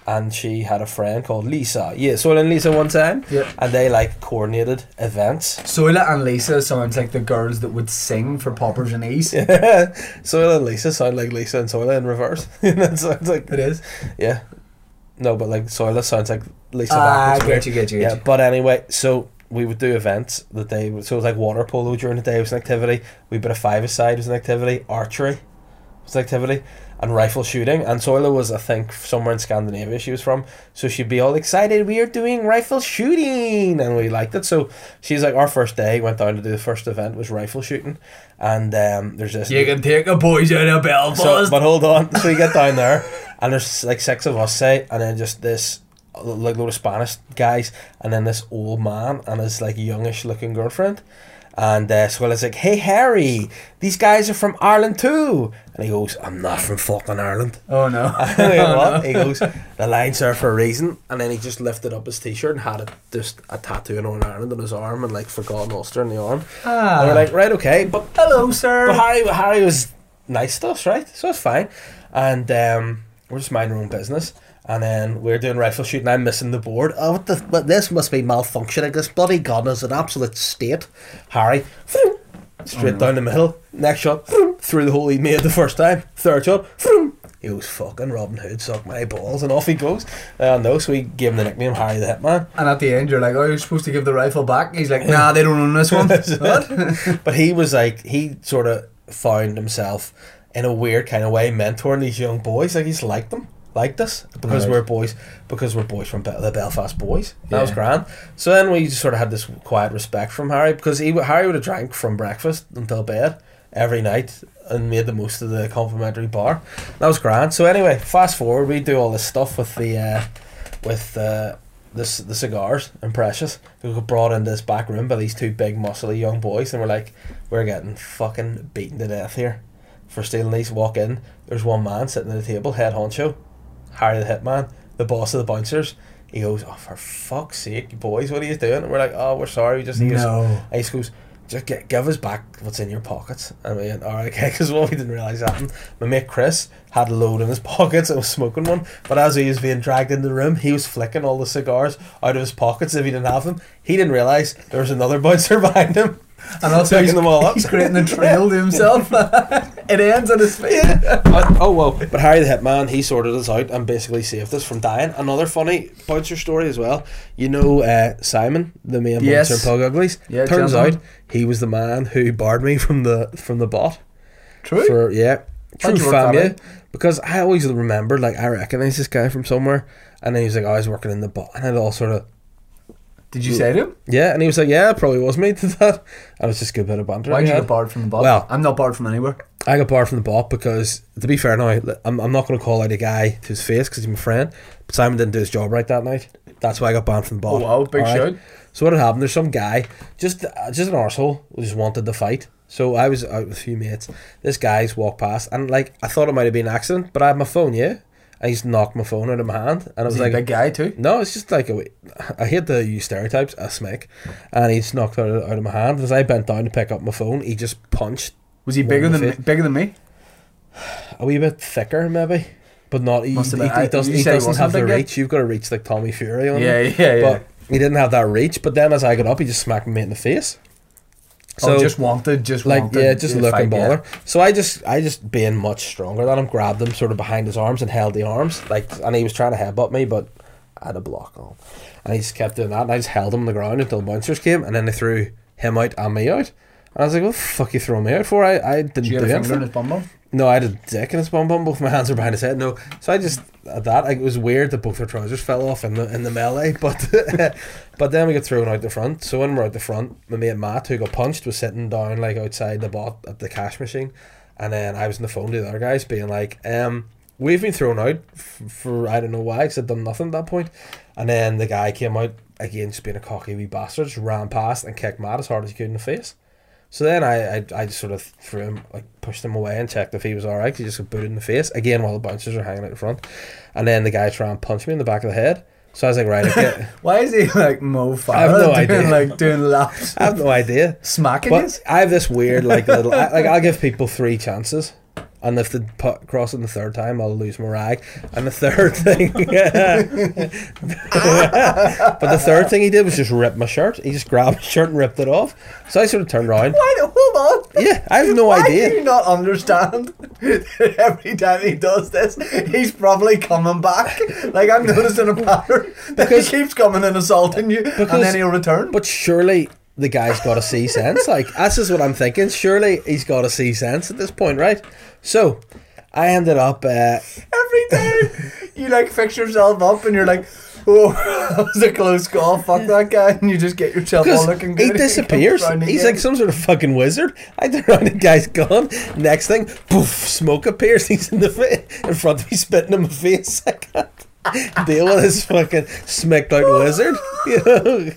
and she had a friend called Lisa. Yeah, Soila and Lisa one time, yeah and they like coordinated events. Soila and Lisa sounds like the girls that would sing for Poppers and Ease Soila and Lisa sound like Lisa and Soila in reverse. that sounds like it is yeah, no, but like Soila sounds like Lisa. ah backwards, weird. get you get you get Yeah, you but anyway, so we would do events that day. So it was like water polo during the day was an activity. We bit a five aside was an activity. Archery was an activity, and rifle shooting. And Soila was, I think, somewhere in Scandinavia. She was from, so she'd be all excited. We are doing rifle shooting, and we liked it. So she's like, our first day went down to do the first event was rifle shooting, and um, there's this. You can take a boys out of So, Belfast. but hold on. So we get down there, and there's like six of us, say, and then just this like load of Spanish guys, and then this old man and his like youngish looking girlfriend. And uh, so it's like, hey Harry, these guys are from Ireland too. And he goes, I'm not from fucking Ireland. oh no. And I go, Oh, "What?" no. He goes, the lines are for a reason. And then he just lifted up his t-shirt and had it just a tattoo in Northern Ireland on his arm and like forgotten Ulster in the arm. Ah. And we're like, right, okay, but hello, but sir. Harry, Harry was nice to us, right? So it's fine. And um, we're just minding our own business. And then we're doing rifle shooting. I'm missing the board. Oh, what the, but this must be malfunctioning. This bloody gun is an absolute state. Harry, straight down the middle. Next shot, through the hole he made the first time. Third shot, he goes, fucking Robin Hood, suck my balls. And off he goes. Uh, no, so we gave him the nickname Harry the Hitman. And at the end, you're like, oh, you're supposed to give the rifle back. He's like, nah, they don't own this one. what? But he was like he sort of found himself in a weird kind of way mentoring these young boys. Like he's liked them, liked us because Right. we're boys, because we're boys from Bel- the Belfast boys. That was Yeah. grand. So then we just sort of had this quiet respect from Harry because he w- Harry would have drank from breakfast until bed every night and made the most of the complimentary bar. That was grand. So anyway, fast forward, we do all this stuff with the uh, with uh, this the cigars and Precious. We got brought into this back room by these two big muscly young boys, and we're like, we're getting fucking beaten to death here for stealing these. Walk in, there's one man sitting at the table, head honcho, Harry the Hitman, the boss of the bouncers. He goes, oh for fuck's sake, you boys, what are you doing? And we're like, oh, we're sorry, we just need us No. Ice goes, just get, give us back what's in your pockets. And we went, alright, okay, because what we didn't realise happened, my mate Chris had a load in his pockets and was smoking one. But as he was being dragged into the room, he was flicking all the cigars out of his pockets if he didn't have them. He didn't realise there was another bouncer behind him. And also, Picking them all up. he's creating a trail to himself. it ends on his feet. But- oh, well. But Harry the Hitman, he sorted us out and basically saved us from dying. Another funny bouncer story as well. You know uh, Simon, the main Yes. bouncer of Pug Uglies? Yeah, Turns gentleman. out he was the man who barred me from the from the bot. True. For yeah, true How'd you work that fam, yeah. out? Because I always remember, like I recognize this guy from somewhere, and then he was like, oh, "I was working in the bot," and it all sort of Did you say to him? yeah, and he was like, "Yeah, it probably was me." Did that? And it was just a good bit of banter. Why we did you had. get barred from the bot? Well- Oh, I'm not barred from anywhere. I got barred from the bot because, to be fair, now li- I'm, I'm not going to call out a guy to his face because he's my friend. But Simon didn't do his job right that night. That's why I got banned from the bot. Oh, wow, big All shout. So what had happened? There's some guy, just uh, just an arsehole, who just wanted to fight. So I was out with a few mates. This guy's walked past, and like I thought it might have been an accident, but I had my phone, yeah, and he's knocked my phone out of my hand, and I was He's like, a big guy too. no, it's just like a wee- I hate the use stereotypes. A smack, and he's knocked out of, out of my hand. As I bent down to pick up my phone, he just punched Was he One bigger in the than me, face. bigger than me? a wee bit thicker, maybe, but not. He, he, Must have been- he doesn't, you he said he doesn't wasn't have the big yet? reach. You've got to reach like Tommy Fury on him. yeah, But he didn't have that reach. But then as I got up, he just smacked me in the face. oh, just wanted, just like wanted. yeah, just to look fight, and bother. So I just I just being much stronger than him, grabbed him sort of behind his arms and held the arms like, and he was trying to headbutt me, but I had a block on, and he just kept doing that, and I just held him on the ground until the bouncers came, and then they threw him out and me out, and I was like, "What the fuck you throwing me out for? I I didn't Did you do get a finger in anything." his bum bum? No, I had a dick in his bum bum. Both my hands were behind his head. No, so I just at that like, it was weird that both their trousers fell off in the in the melee. But but then we got thrown out the front. So when we we're out the front, my mate Matt, who got punched, was sitting down like outside the bot at the cash machine, and then I was on the phone to the other guys, being like, um. We've been thrown out f- for I don't know why because I'd done nothing at that point, and then the guy came out again, just being a cocky wee bastard, just ran past and kicked Matt as hard as he could in the face. So then I, I, I just sort of threw him, like pushed him away and checked if he was all right. 'cause He just got booted in the face again while the bouncers are hanging out in front, and then the guy tried and punched me in the back of the head. So I was like, right, okay, Why is he like Mo Farah no doing idea. like doing laps, I have no idea. smacking But us? I have this weird like little I, like I'll give people three chances, and if they put, cross it the third time, I'll lose my rag. And the third thing, but the third thing he did was just rip my shirt. He just grabbed my shirt and ripped it off. So I sort of turned around. Why? do- Hold on. Yeah, I have no Why idea. do you not understand that every time he does this, he's probably coming back? Like I'm noticing a pattern that Because- he keeps coming and assaulting you, and because- then he'll return. But surely the guy's got to see sense. Like that's just what I'm thinking. Surely he's got to see sense at this point, right? So I ended up. Uh, every time you like fix yourself up, and you're like, "Oh, that was a close call. Fuck that guy," and you just get yourself all because looking good. he and comes disappears. round He's again. like some sort of fucking wizard. I turn around, the guy's gone. Next thing, poof, smoke appears. He's in the fa- in front of me, spitting in my face. I can't deal with this fucking smacked out wizard. You know.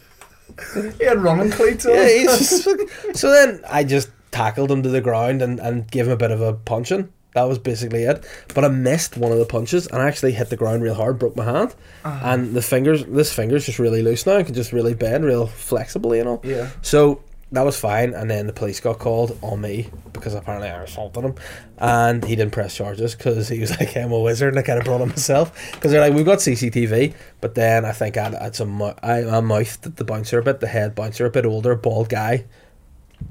he had running cleats on. Yeah, he's just fucking- so then I just tackled him to the ground and, and gave him a bit of a punching. That was basically it. But I missed one of the punches and I actually hit the ground real hard, broke my hand. And the fingers, this finger's just really loose now. I can just really bend real flexibly, you know? Yeah. So that was fine. And then the police got called on me because apparently I assaulted him. And he didn't press charges because he was like, I'm a wizard and I kind of brought him myself. Because they're like, we've got CCTV. But then I think I'd, I'd some, mou- I, I mouthed at the bouncer a bit, the head bouncer, a bit older, bald guy.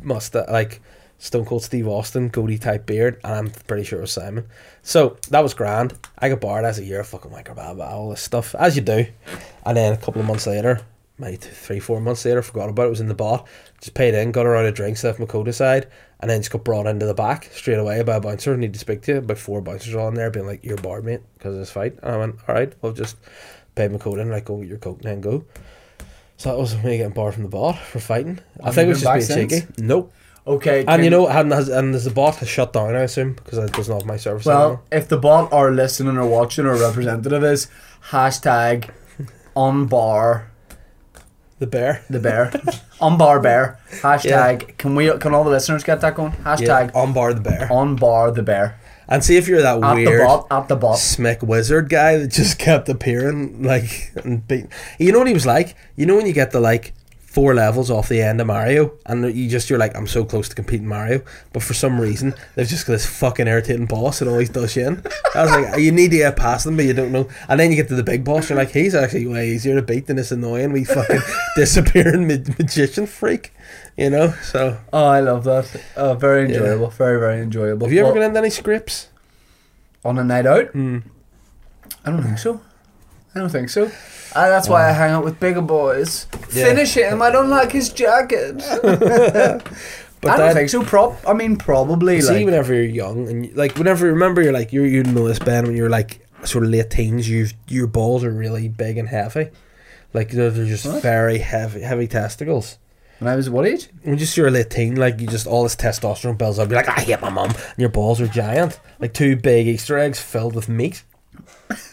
Must like Stone Cold Steve Austin, goatee type beard, and I'm pretty sure it was Simon. So that was grand. I got barred as a year, fucking wanker, blah, blah, all this stuff, as you do. And then a couple of months later, maybe two, three, four months later, forgot about it, was in the bar, just paid in, got a round of drinks, left my coat aside, and then just got brought into the back straight away by a bouncer. Need to speak to you. About four bouncers all in there, being like, You're barred, mate, because of this fight. And I went, All right, well, just paid my coat in, like, go get your coat and then go. So that was me getting barred from the bar for fighting. I Have think it you was been just being back since? cheeky. Nope. Okay. And can- you know, and, has, and the bot has shut down, I assume, because it doesn't have my service Well, if the bot or listening or watching or representative is hashtag unbar The bear. the bear, unbar bear hashtag. Can we? Can all the listeners get that going? Hashtag Yeah, unbar the bear. unbar the bear And see if you're that at weird the bot at the bot. smick wizard guy that just kept appearing, like, and beat. You know what he was like? You know when you get the, like, four levels off the end of Mario, and you just, you're like, I'm so close to competing Mario, but for some reason, they've just got this fucking irritating boss that always does you in. I was like, you need to get past them, but you don't know. And then you get to the big boss, you're like, he's actually way easier to beat than this annoying, we fucking disappearing mag- magician freak, you know? So. Oh, I love that. Uh, very enjoyable. Very very enjoyable. Have you ever Well, been into any scripts? on a night out? Mm. I don't think so. I don't think so. Uh, that's why I hang out with bigger boys. Yeah. Finish him. I don't like his jacket. But I don't that, think so. Prob. I mean, probably. see, like, whenever you're young and you, like whenever remember you're like you you know this Ben when you're like sort of late teens, you your balls are really big and heavy, like they're, they're just What? very heavy heavy testicles. when I was what age? When just you're a late teen, like you just all this testosterone builds up. You're like, I hate my mum, and your balls are giant, like two big Easter eggs filled with meat.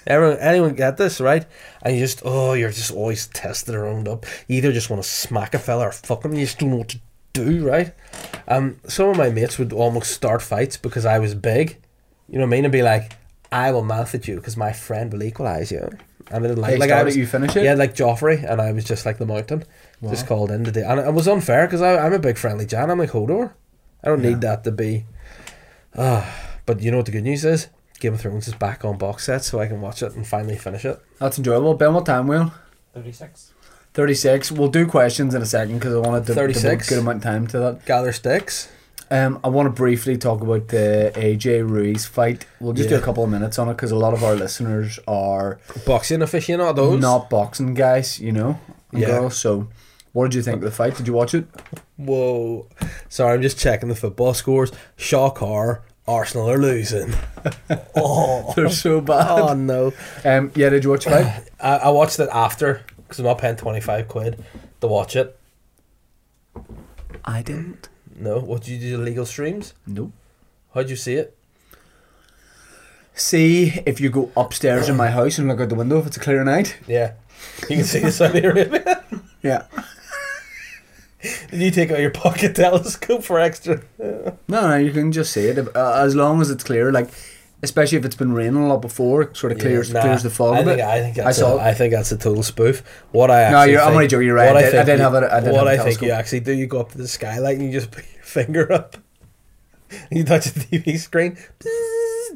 Everyone, anyone get this right? And you just, oh, you're just always tested around up. You either just want to smack a fella or fuck him. You just don't know what to do, right? Um, some of my mates would almost start fights because I was big. You know what I mean? And be like, I will mouth at you because my friend will equalise you. And they didn't like, They like I start was, it, you finish it? Yeah, like Joffrey, and I was just like the mountain, just called in today, and it was unfair because I'm a big friendly Jan. I'm like Hodor. I don't need that to be. Ah, but you know what the good news is? Game of Thrones is back on box set, so I can watch it and finally finish it. That's enjoyable. Ben, what time we on? 36. 36. We'll do questions in a second because I want to devote a 36. good amount of time to that. Gather sticks. Um, I want to briefly talk about the AJ Ruiz fight. We'll just do Yeah. a couple of minutes on it because a lot of our listeners are Boxing aficionados. not boxing guys, you know, and Yeah. girls. So, what did you think of the fight? Did you watch it? Whoa. Sorry, I'm just checking the football scores. Shaw Carr, Arsenal are losing. oh, They're so bad. oh no. Um, yeah, did you watch the fight? I, I watched it after because I'm not paying 25 quid to watch it. I didn't. No, what did you do? Legal streams? Nope. How'd you see it? See if you go upstairs in my house and look out the window if it's a clear night. Yeah. You can see the Saudi Arabia. Yeah. Did you take out your pocket telescope for extra? No, no, you can just see it uh, as long as it's clear. Like, especially if it's been raining a lot before, it sort of clears Yeah, nah, clears the fog I a bit. think, I think that's I saw a- it. I think that's a total spoof. What I No, actually you're, I'm think- only joking. You're right. What I, did, I think did you- have it. I did what have a I think telescope. you actually do, you go up to the skylight and you just put your finger up. You touch the TV screen,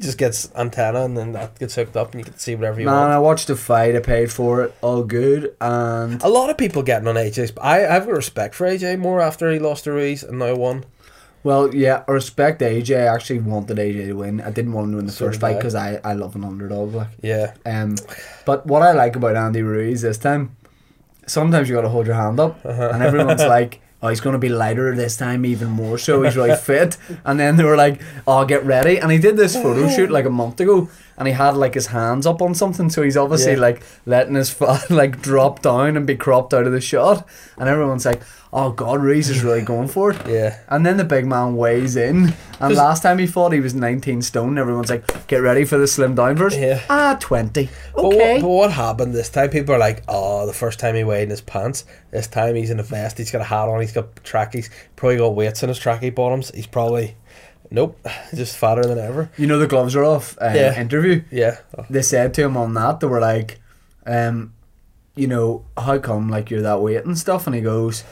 just gets antenna, and then that gets hooked up, and you can see whatever you Man, want. I watched the fight. I paid for it. All good. And A lot of people getting on AJ's. I I've got respect for AJ more after he lost to Ruiz and now won. well, yeah, I respect AJ. I actually wanted AJ to win. I didn't want him to win the So first did fight I. because I, I love an underdog. Like, Yeah, um, but what I like about Andy Ruiz this time, sometimes you got to hold your hand up, and everyone's like. Oh, he's going to be lighter this time, even more so. He's really fit. And then they were like, oh, get ready. And he did this photo shoot like a month ago, and he had like his hands up on something. So he's obviously Yeah. like letting his foot like drop down and be cropped out of the shot. And everyone's like, oh, God, Reese is really going for it. yeah. And then the big man weighs in. And Just- last time he fought, he was 19 stone. Everyone's like, get ready for the slim down version. Yeah. Ah, 20. But what, Okay. but what happened this time? People are like, oh, the first time he weighed in his pants. This time he's in a vest. He's got a hat on. He's got trackies. Probably got weights in his trackie bottoms. He's probably, nope, just fatter than ever. You know, the gloves are off. Uh, Yeah. Interview. Yeah. They said to him on that, they were like, um, you know, how come like you're that weight and stuff? And he goes,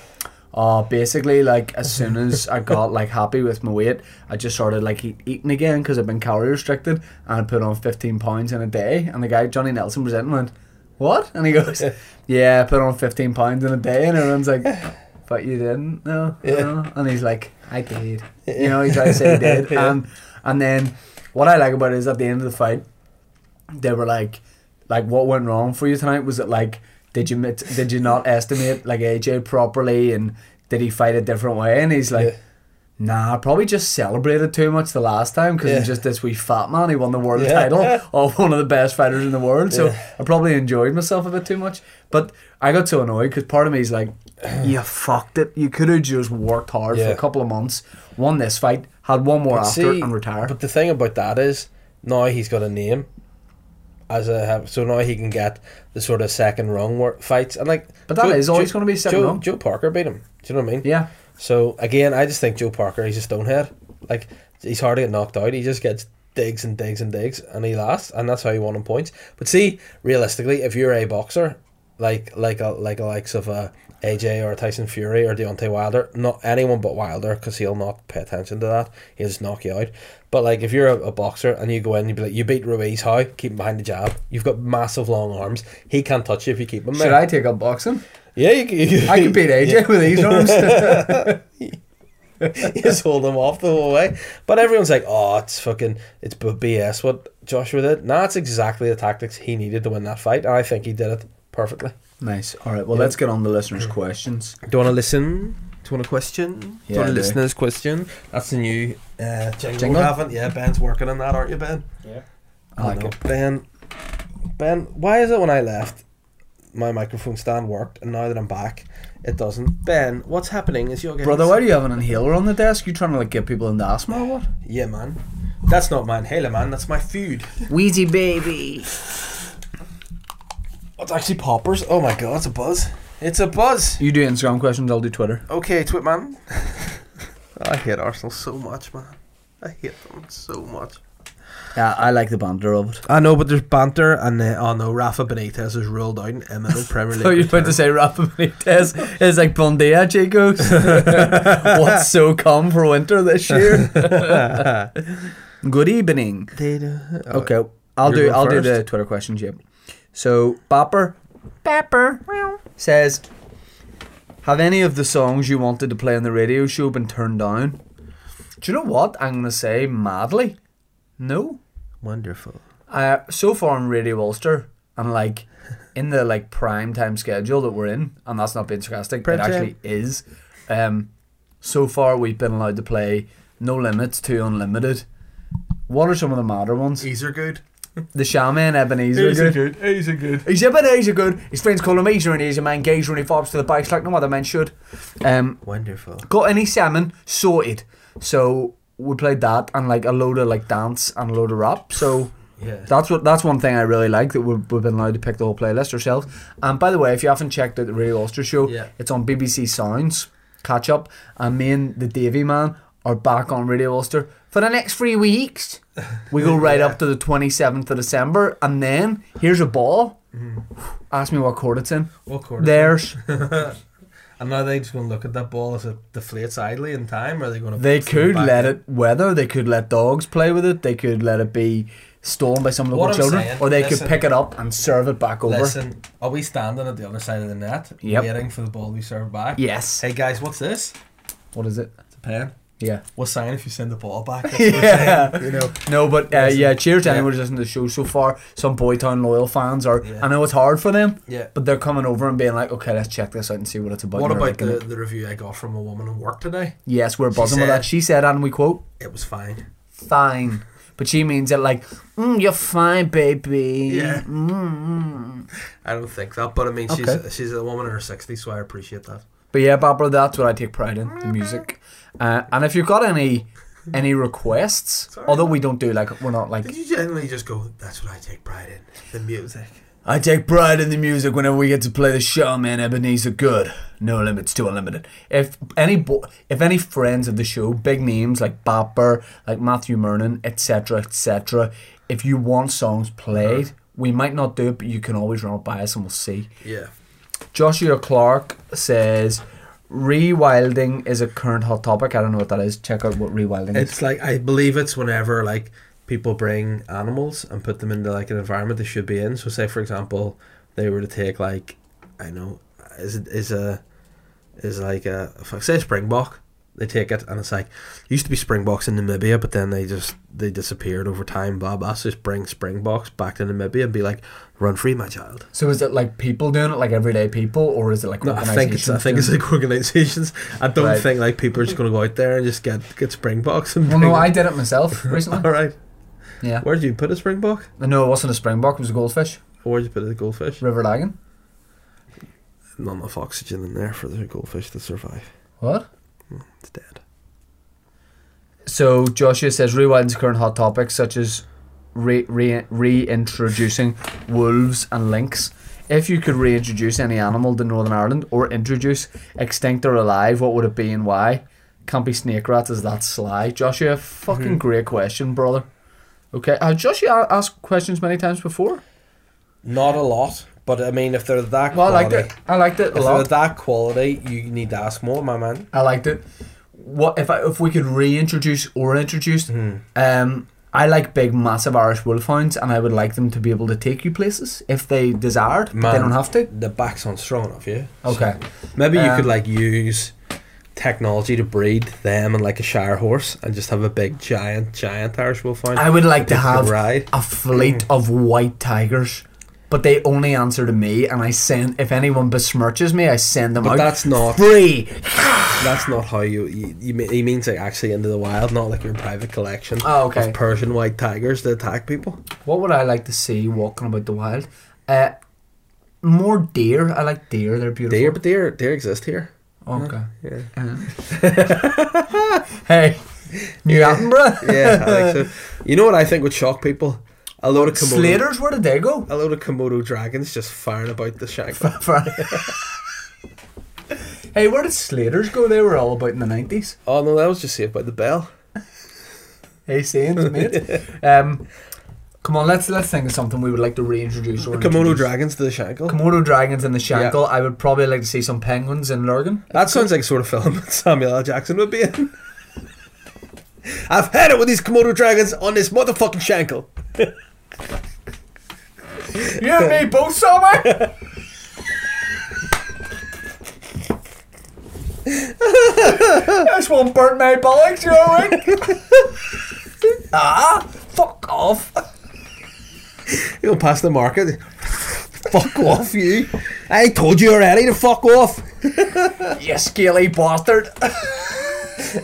Oh, basically, like as soon as I got like happy with my weight, I just started like eat, eating again because I've been calorie restricted, and I put on fifteen pounds in a day. And the guy Johnny Nelson was in and went, "What?" And he goes, "Yeah, I put on fifteen pounds in a day." And everyone's like, "But you didn't, no?" Yeah. no." And he's like, "I did." You know, he tried to say he did, Yeah. and and then what I like about it is at the end of the fight, they were like, like what went wrong for you tonight? Was it like did you mit- did you not estimate like AJ properly and did he fight a different way? And he's like, Nah, probably just celebrated too much the last time because Yeah. he's just this wee fat man. He won the world Yeah. title of one of the best fighters in the world. So Yeah. I probably enjoyed myself a bit too much. But I got so annoyed because part of me is like, you fucked it. You could have just worked hard for Yeah. a couple of months, won this fight, had one more But after see, and retired. But the thing about that is now he's got a name as a have- so now he can get the sort of second rung wor- fights and like. But that is always gonna be second Joe, rung. Joe Parker beat him. Do you know what I mean? yeah. So again, I just think Joe Parker he's a stonehead. Like he's hard to get knocked out. He just gets digs and digs and digs, and he lasts, and that's how he won on points. But see, realistically, if you're a boxer like like a like a likes of uh, a AJ or Tyson Fury or Deontay Wilder, not anyone but Wilder, because he'll not pay attention to that. He'll just knock you out. But like if you're a, a boxer and you go in, and you be like, you beat Ruiz, how? Keep him behind the jab. You've got massive long arms. He can't touch you if you keep him. Should there. I take up boxing? Yeah, you, c- you, I could beat AJ with these arms. You just hold him off the whole way. But everyone's like, oh, it's fucking, it's b- BS what Joshua did. Nah, it's exactly the tactics he needed to win that fight, and I think he did it perfectly. nice. All right. Well, Yeah. let's get on the listeners' questions. Do you want to listen? Do you want a question? Do you Yeah, I want to do. listen to this question? That's the new uh, jingle, Jingle? we haven't. Yeah, Ben's working on that, aren't you, Ben? Yeah. I like know. it. Ben, Ben, why is it when I left, my microphone stand worked, and now that I'm back, it doesn't? Ben, what's happening is you're getting... Brother, why do you have an inhaler on the desk? You trying to like get people into asthma or what? Yeah, man. That's not mine. Hela, man. That's my food. Wheezy baby. It's actually poppers. Oh my god, it's a buzz. It's a buzz. You do Instagram questions, I'll do Twitter. Okay, Twitman. I hate Arsenal so much, man. I hate them so much. Yeah, I like the banter of it. I know, but there's banter, and uh, oh no, Rafa Benitez is ruled out in ML Premier League. So you're about to say Rafa Benitez is like Bondia Chicos. What's so calm for winter this year? Good evening. okay. Okay, I'll Uh, You're do going I'll do the first? Twitter questions, yep. So Bapper Bapper says Have any of the songs you wanted to play on the radio show been turned down? Do you know what? I'm gonna say madly. No. Wonderful. Uh, so far on Radio Ulster, I'm like in the like prime time schedule that we're in, and that's not being sarcastic, Prime but it time. actually is. Um, so far we've been allowed to play No Limits to Unlimited. What are some of the madder ones? These are good. The Shaman Ebenezer. These are Good. good. These are good. He's Ebenezer good. His friends call him Ezer and Ezer man. Gazer and he fobs to the bikes like no other man should. Um, Wonderful. got any salmon sorted. So we played that and like a load of like dance and a load of rap. So. Yeah. That's what. That's one thing I really like that we've, we've been allowed to pick the whole playlist ourselves. And by the way, if you haven't checked out the Radio Ulster show, Yeah. it's on BBC Sounds. Catch up. And me and the Davy man are back on Radio Ulster for the next three weeks. We go right up to the twenty seventh of December, and then here's a ball. Mm-hmm. Ask me what chord it's in. What quarter? There's And are they just going to look at that ball as it deflates idly in time? Or are they going to? they could let it weather. They could let dogs play with it. They could let it be stolen by some little What I'm children, saying, or they listen. could pick it up and serve it back over. Listen, are we standing at the other side of the net, Yep. waiting for the ball to be served back? Yes. Hey guys, what's this? What is it? It's a pen. Yeah. What's sign if you send the ball back? That's what we're saying. yeah. You know, No, but uh, Listen, yeah, cheers to yeah. anyone who's listening to the show so far. Some Boytown loyal fans are. Yeah. I know it's hard for them, yeah. but they're coming over and being like, okay, let's check this out and see what it's about. What and they're about liking the, it. the review I got from a woman at work today? Yes, we're She buzzing with said- that. She said, and we quote, It was fine. fine. But she means it like, mm, you're fine, baby. Yeah. Mm. I don't think that, but I mean, Okay. she's she's a woman in her 60s, so I appreciate that. But yeah, Barbara, that's what I take pride in the music. Mm-hmm. Uh, and if you've got any any requests, Sorry. although we don't do like, we're not like Did you genuinely just go? That's what I take pride in the music. I take pride in the music whenever we get to play the show, man. Ebenezer Good, no limits to unlimited. If any bo- if any friends of the show, big names like Bapper, like Matthew Mernon, etc., etc., if you want songs played, we might not do it, but you can always run it by us and we'll see. Yeah. Joshua Clark says. Rewilding is a current hot topic. I don't know what that is. Check out what rewilding is. It's like I believe it's whenever like people bring animals and put them into like an environment they should be in. So say for example, they were to take like I know is it is a is like a if I say springbok. They take it, and it's like used to be Springboks in Namibia, but then they just they disappeared over time. Blah blah. So just bring Springboks back to Namibia and be like, "Run free, my child." So is it like people doing it, like everyday people, or is it like No, I think it's I organisations think it's doing like organisations. I don't Right. think like people are just going to go out there and just get get Springboks and. it? Well, no, I bring- did it myself recently. All right, Yeah, where'd you put a Springbok? no, it wasn't a springbok. It was a goldfish, Where'd you put a goldfish? river dragon. Not enough oxygen in there for the goldfish to survive. What? It's dead. So Joshua says rewinds current hot topics such as re- re- reintroducing wolves and lynx. If you could reintroduce any animal to Northern Ireland or introduce extinct or alive, what would it be and why? Can't be snake rats, is that sly? Joshua, fucking great question, brother. Okay, has Joshua a- asked questions many times before? Not a lot, but I mean, if they're that Well, I liked quality, it. I liked it if a they're lot. that quality, you need to ask more, my man. I liked it. What if I, if we could reintroduce or introduce? Mm. Um, I like big, massive Irish wolfhounds, and I would like them to be able to take you places if they desired. but They Man. don't have to. The back's on strong enough, yeah. Okay. Maybe you Um, could like use technology to breed them and like a shire horse and just have a big giant giant Irish wolfhound. I would like to Take the have ride. a fleet of white tigers, but they only answer to me, and I send if anyone besmirches me, I send them But out. that's not- free. That's not how you you, you mean, he means like actually into the wild, not like your private collection Oh, okay. of Persian white tigers that attack people. What would I like to see walking about the wild? Uh, more deer. I like deer. They're beautiful. Deer, but deer, deer exist here. Okay. Yeah, hey, New Attenborough. Uh-huh. yeah. I think so. You know what I think would shock people? A load of Komodo, Slaters, where did they go? a load of Komodo dragons just firing about the shank. hey, where did Slaters go? They were all about in the nineties. oh no, that was just saved by the bell. Hey, Saints, mate. Um, come on, let's let's think of something we would like to reintroduce. Or Komodo introduce. dragons to the shankle. Komodo dragons in the Shankle. I would probably like to see some penguins in Lurgan. That sounds like a sort of film that Samuel L. Jackson would be in. I've had it with these Komodo dragons on this motherfucking shankle. You and me both, summer. That's one burnt my bollocks, you alright? ah, fuck off. You don't pass the market. fuck off, you. I told you already to fuck off. You scaly bastard.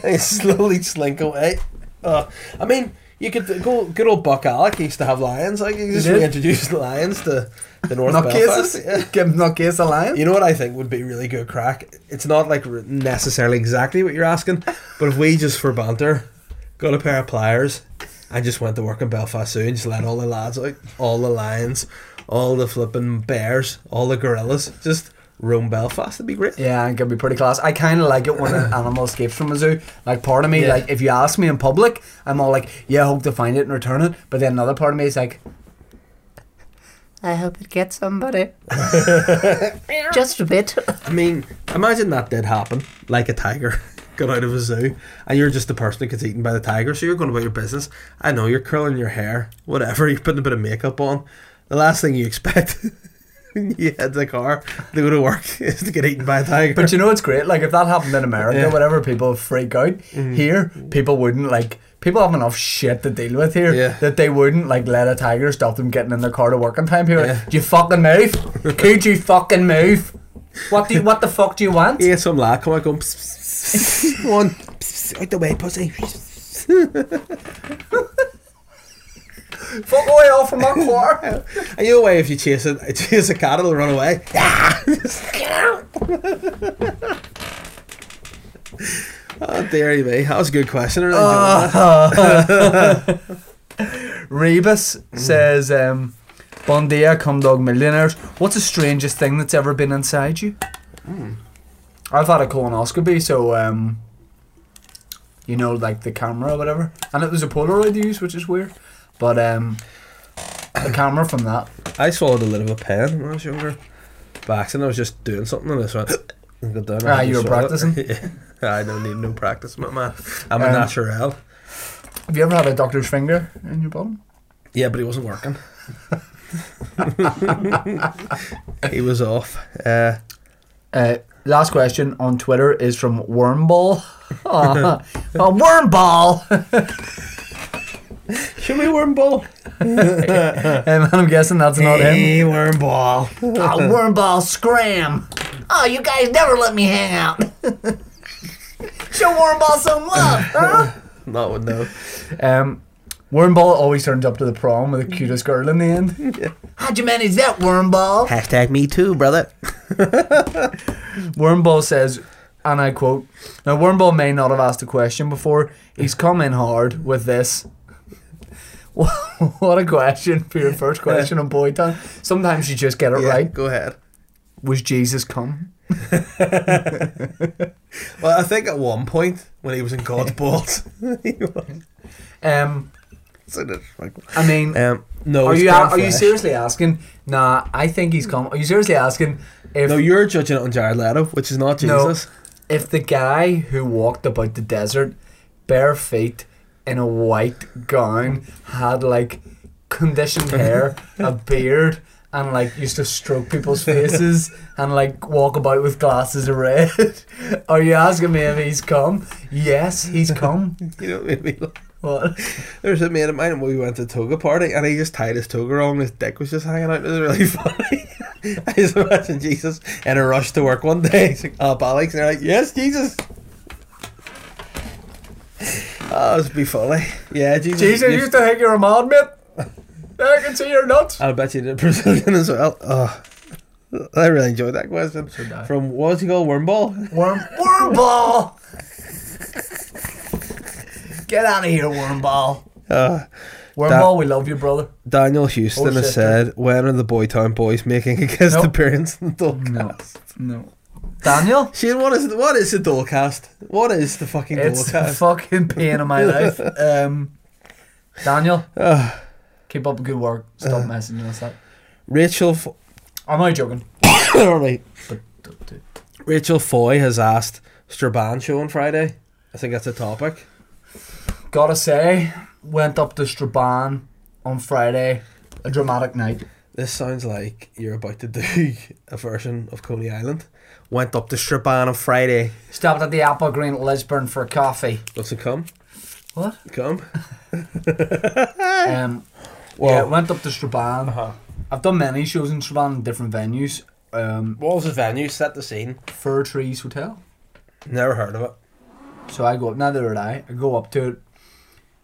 And you slowly slink away. Uh, I mean, you could go. Good old Buck Alec used to have lions. Like you just did? reintroduce the lions to the North Belfast. Yeah. Nutcases? Give him nutcase a lion? You know what I think would be really good crack? It's not like re- necessarily exactly what you're asking, but if we just for banter got a pair of pliers and just went to work in Belfast Zoo and just let all the lads out, all the lions, all the flipping bears, all the gorillas, just roam Belfast, it'd be great. Yeah, it could be pretty class. I kind of like it when an animal escapes from a zoo. Like, part of me, Yeah. like, if you ask me in public, I'm all like, yeah, I hope to find it and return it. But then another part of me is like, I hope it gets somebody. Just a bit. I mean, imagine that did happen, like a tiger. Got out of a zoo, and you're just the person that gets eaten by the tiger. So you're going about your business. I know you're curling your hair, whatever. You're putting a bit of makeup on. The last thing you expect when you head to the car to go to work is to get eaten by a tiger. but you know, it's great. Like, if that happened in America, Yeah. Mm-hmm. whatever, people freak out. Here, people wouldn't, like, people have enough shit to deal with here Yeah. that they wouldn't, like, let a tiger stop them getting in their car to work on time. Here, Yeah. you fucking move. Could you fucking move? What do you, what the fuck do you want? you get some lad come out going, "Psst, psst, psst, one psst, psst, out the way, pussy. Fuck away off from my car. And you know way if you chase it, chase a cat, it'll run away. Ah! oh dearie me, that was a good question. I really enjoyed Ah. that. Rebus says, um, Bon dia, cum dog millionaires. What's the strangest thing that's ever been inside you? I've had a colonoscopy, so, um, you know, like the camera or whatever. And it was a Polaroid use, which is weird. But um, the camera from that. I swallowed a little bit of pen when I was younger. By accident, I was just doing something and I just went. and got down and Ah, I you just were swallowed it. practicing? yeah. I don't need no practice, my man. I'm a Um, natural. Have you ever had a doctor's finger in your bottom? Yeah, but he wasn't working. he was off. Uh, Uh, last question on Twitter is from Wormball. Aw, a wormball. Show me Wormball. and I'm guessing that's not him. Hey, Wormball. A wormball scram. Oh, you guys never let me hang out. Show Warmball some love, huh? Not would know. Um, wormball always turns up to the prom with the cutest girl in the end. How'd you manage that, Wormball? Hashtag me too, brother. Wormball says, and I quote, now Wormball may not have asked the question before. He's come in hard with this. what a question for your first question on boy time. Sometimes you just get it Yeah, right. Go ahead. Was Jesus come? Well, I think at one point when he was in God's balls. Um, um, I mean, no. are it's you Grand are you Flash. seriously asking? Nah, I think he's come. Are you seriously asking if No, you're judging it on Jared Leto, which is not No. Jesus. if the guy who walked about the desert bare feet in a white gown had like conditioned hair, a beard, and like used to stroke people's faces and like walk about with glasses of red? Are you asking me if he's come? Yes, he's come. You know what I mean? What? There was a mate of mine and we went to toga party and he just tied his toga on and his dick was just hanging out. It was really funny. I just imagine Jesus in a rush to work one day. He's like, up Alex. And they're like, yes, Jesus. Oh, this would be funny. Yeah, Jesus. Jesus you- used to think you're a mad mate. I can see you're nuts. I'll bet you did Brazilian as well. Oh, I really enjoyed that question. From what was he called? Wormball? Worm Wormball. Get out of here, Wormball. Uh, Wormball, we love you, brother. Daniel Houston Oh, has sister. said, When are the Boytown boys making a guest Nope. appearance in the dog No, no. Daniel, Shane, what is what is the dollcast? What is the fucking it's the dollcast? fucking pain of my life. Um, Daniel, Ugh. keep up the good work. Stop messaging us that. Rachel, F- I'm not joking. Sorry. But don't do- Rachel Foy has asked Strabane show on Friday. I think that's a topic. gotta say, went up to Strabane on Friday. A dramatic night. This sounds like you're about to do a version of Coney Island. Went up to Strabane on Friday. Stopped at the Apple Green at Lisburn for coffee. What's it come? What? Come? Um, yeah, Well, went up to Strabane. uh-huh. I've done many shows in Strabane, in different venues. Um, what was the venue? Set the scene. Fir Trees Hotel. Never heard of it. So I go up, neither did I. I go up to it.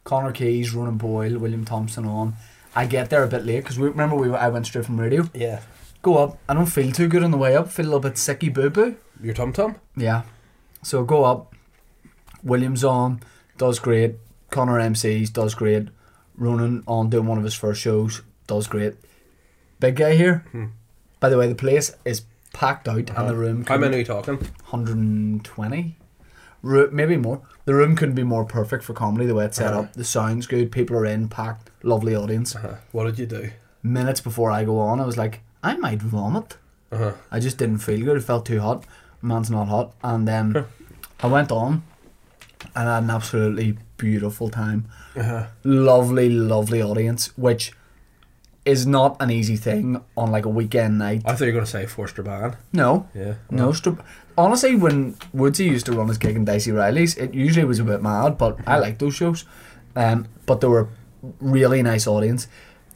Connor Keys, Ronan Boyle, William Thompson on. I get there a bit late because we, remember we were- I went straight from radio. Yeah. Go up. I don't feel too good on the way up. Feel a little bit sicky boo boo. Your tum tum? Yeah. So go up. William's on, does great. Connor MCs, does great. Ronan on doing one of his first shows, does great. Big guy here. Hmm. By the way, the place is packed out and Uh-huh. the room. How couldn't- many are you talking? 120 Ro- maybe more the room couldn't be more perfect for comedy the way it's set Uh-huh. up the sound's good people are in packed lovely audience Uh-huh. What did you do? minutes before I go on I was like I might vomit Uh-huh. I just didn't feel good it felt too hot man's not hot and um, I went on and I had an absolutely beautiful time Uh-huh. lovely lovely audience which is not an easy thing on like a weekend night I thought you were going to say for Strabane. no Yeah. no, Strab- honestly, when Woodsy used to run his gig in Dicey Riley's, it usually was a bit mad, but I liked those shows. Um, but they were really nice audience,